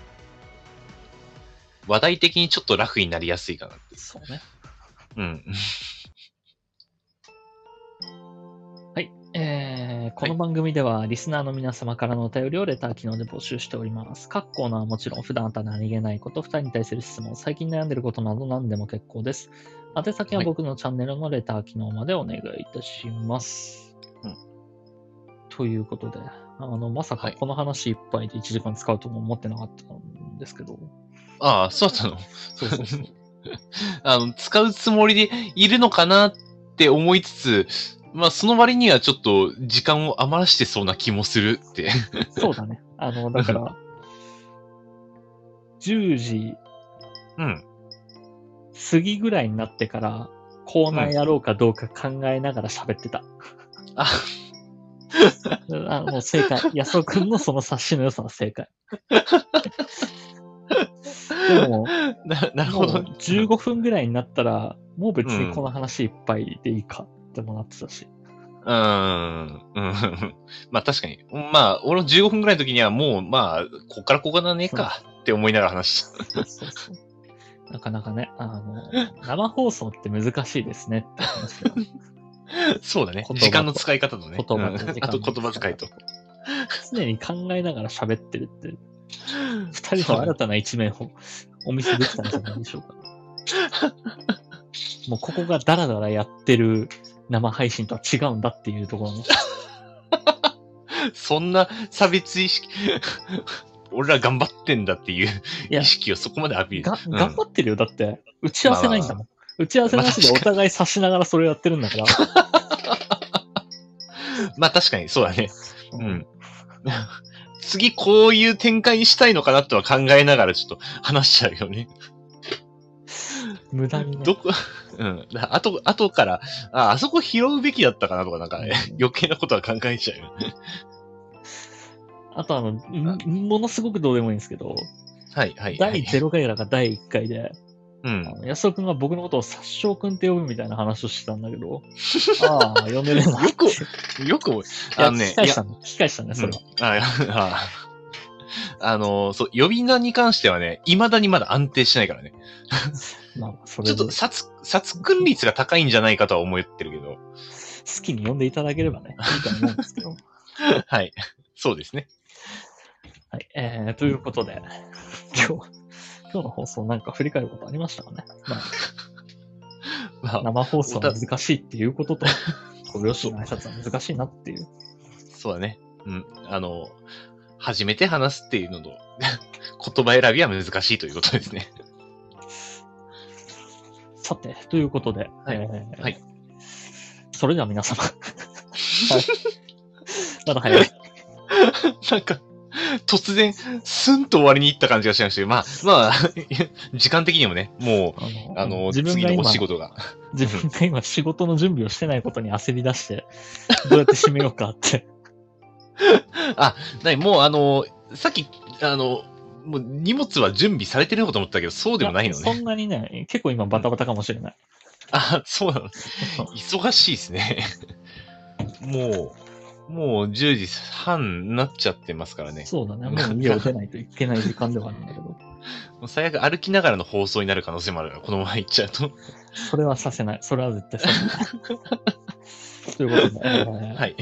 Speaker 2: 話題的にちょっとラフになりやすいかなってい
Speaker 1: そうね。
Speaker 2: う。うん。
Speaker 1: はい。えーこの番組ではリスナーの皆様からのお便りをレター機能で募集しております。各コーナーはもちろん普段あった何気ないこと、2人に対する質問、最近悩んでることなど何でも結構です。宛先は僕のチャンネルのレター機能までお願いいたします。
Speaker 2: うん
Speaker 1: ということで、あの、まさか
Speaker 2: はい
Speaker 1: この話いっぱいで1時間使うとも思ってなかったんですけど、
Speaker 2: ああ、そうだったの。
Speaker 1: そうそうそう。
Speaker 2: あの、使うつもりでいるのかなって思いつつ、まあ、その割にはちょっと時間を余らしてそうな気もするって。
Speaker 1: そうだね。あの、だから、10時
Speaker 2: うん。
Speaker 1: 過ぎぐらいになってから、コーナーやろうかどうか考えながら喋ってた。
Speaker 2: あ、
Speaker 1: あの、正 解。安尾くんのその察しの良さは正 解。でも、
Speaker 2: ななる
Speaker 1: もう
Speaker 2: ほど。
Speaker 1: 15分ぐらいになったら、もう別にこの話いっぱいでいいかってもなってたし。
Speaker 2: うーん。うん。まあ確かに。まあ、俺の15分ぐらいの時にはもう、まあ、こっからここだねえかって思いながら話した。
Speaker 1: そうそうそうなかなかね、あの、生放送って難しいですねって話だよね
Speaker 2: そうだね
Speaker 1: 言葉。と
Speaker 2: 時間の使い方とね。
Speaker 1: 言葉
Speaker 2: うん
Speaker 1: と時間
Speaker 2: あと言葉遣いと。。
Speaker 1: 常に考えながら喋ってるって、二人の新たな一面をお見せできたんじゃないでしょうか。 もうここがダラダラやってる生配信とは違うんだっていうところの、
Speaker 2: そんな差別意識。 俺ら頑張ってんだっていう
Speaker 1: いや
Speaker 2: 意識をそこまでアピール。
Speaker 1: が
Speaker 2: うん
Speaker 1: 頑張ってるよ。だって、打ち合わせないんだもん。打ち合わせなしでお互い刺しながらそれをやってるん だから。
Speaker 2: まあ確かにそうだね。うん。 次こういう展開にしたいのかなとは考えながらちょっと話しちゃうよね。
Speaker 1: 無駄にね。
Speaker 2: どこ、 うん。あと、あとから、あ、あそこ拾うべきだったかなとか、なんか、ね、余計なことは考えちゃうよね。
Speaker 1: あとあの、んものすごくどうでもいいんですけど、
Speaker 2: はい、はい。
Speaker 1: 第
Speaker 2: はい
Speaker 1: 0回だか第1回で、
Speaker 2: うん。
Speaker 1: 安尾くんが僕のことを殺傷くんって呼ぶみたいな話をしてたんだけ ど、ああ、呼んでるな。
Speaker 2: よくよく、あの
Speaker 1: いや
Speaker 2: ね
Speaker 1: 聞き、返したね。聞き返したね、それは。
Speaker 2: うんあいやああの、そう、呼び名に関してはね、未だにまだ安定してないからね。
Speaker 1: まあまあ、そ
Speaker 2: ち
Speaker 1: れ
Speaker 2: ょっ
Speaker 1: で
Speaker 2: と
Speaker 1: 好
Speaker 2: 殺、殺君率が高いんじゃないかとは思ってる けど。
Speaker 1: きに呼んでいただけれ ばね、いいと思うんですけど。
Speaker 2: はい。そうですね。
Speaker 1: はい、えー、ということで、今日、今日の放送なんか振り返ることありましたかね、ま
Speaker 2: ま
Speaker 1: あ、
Speaker 2: あ、
Speaker 1: 生放送は難しいっていう ことと、ご両親の挨拶は難しいなっていう。
Speaker 2: そうだね。うん。あの、初めて話すっていうの と、言葉選びは難しいということですね。
Speaker 1: さて、ということで、
Speaker 2: はい
Speaker 1: えー
Speaker 2: はい
Speaker 1: それでは皆 様、はい、まだ早い。
Speaker 2: なんか、突然、スンと終わりに行った感じがしましたけど、まあ、まあ、 時間的にもね、も
Speaker 1: あ
Speaker 2: う、
Speaker 1: の
Speaker 2: あの、
Speaker 1: 自分
Speaker 2: 次
Speaker 1: が
Speaker 2: の
Speaker 1: 今
Speaker 2: お仕事が。
Speaker 1: 自分が今仕事の準備をしてないことに焦り出して、どうやって締めようか って。
Speaker 2: ない、もうあの、さっき、あの、もう荷物は準備されてるのかと思ったけど、そうでもないの
Speaker 1: やそ
Speaker 2: ね。
Speaker 1: んなにね、結構今バタバタかもしれない。
Speaker 2: あ、そうなの。忙しいですね。もう、もう10時半になっちゃってますからね。
Speaker 1: そうだね、もう家を出ないといけない時間ではあるんだ けど、
Speaker 2: もう最悪歩きながらの放送になる可能性もあるから、このまま行っちゃうと。
Speaker 1: それはさせない。それは絶対させない。ということで、えー
Speaker 2: はい。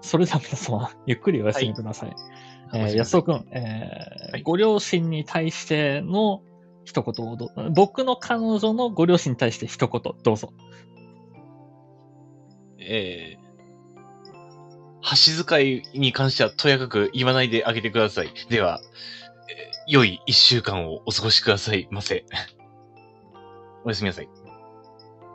Speaker 1: それでは皆様、ゆっくりお休みください。えー、安尾くん、えー
Speaker 2: はい
Speaker 1: ご両親に対しての一言をどう僕の彼女のご両親に対して一言、どうぞ。
Speaker 2: えー箸使いに関してはとやかく言わないであげてください。では、えー良い一週間をお過ごしくださいませ。おやすみなさい。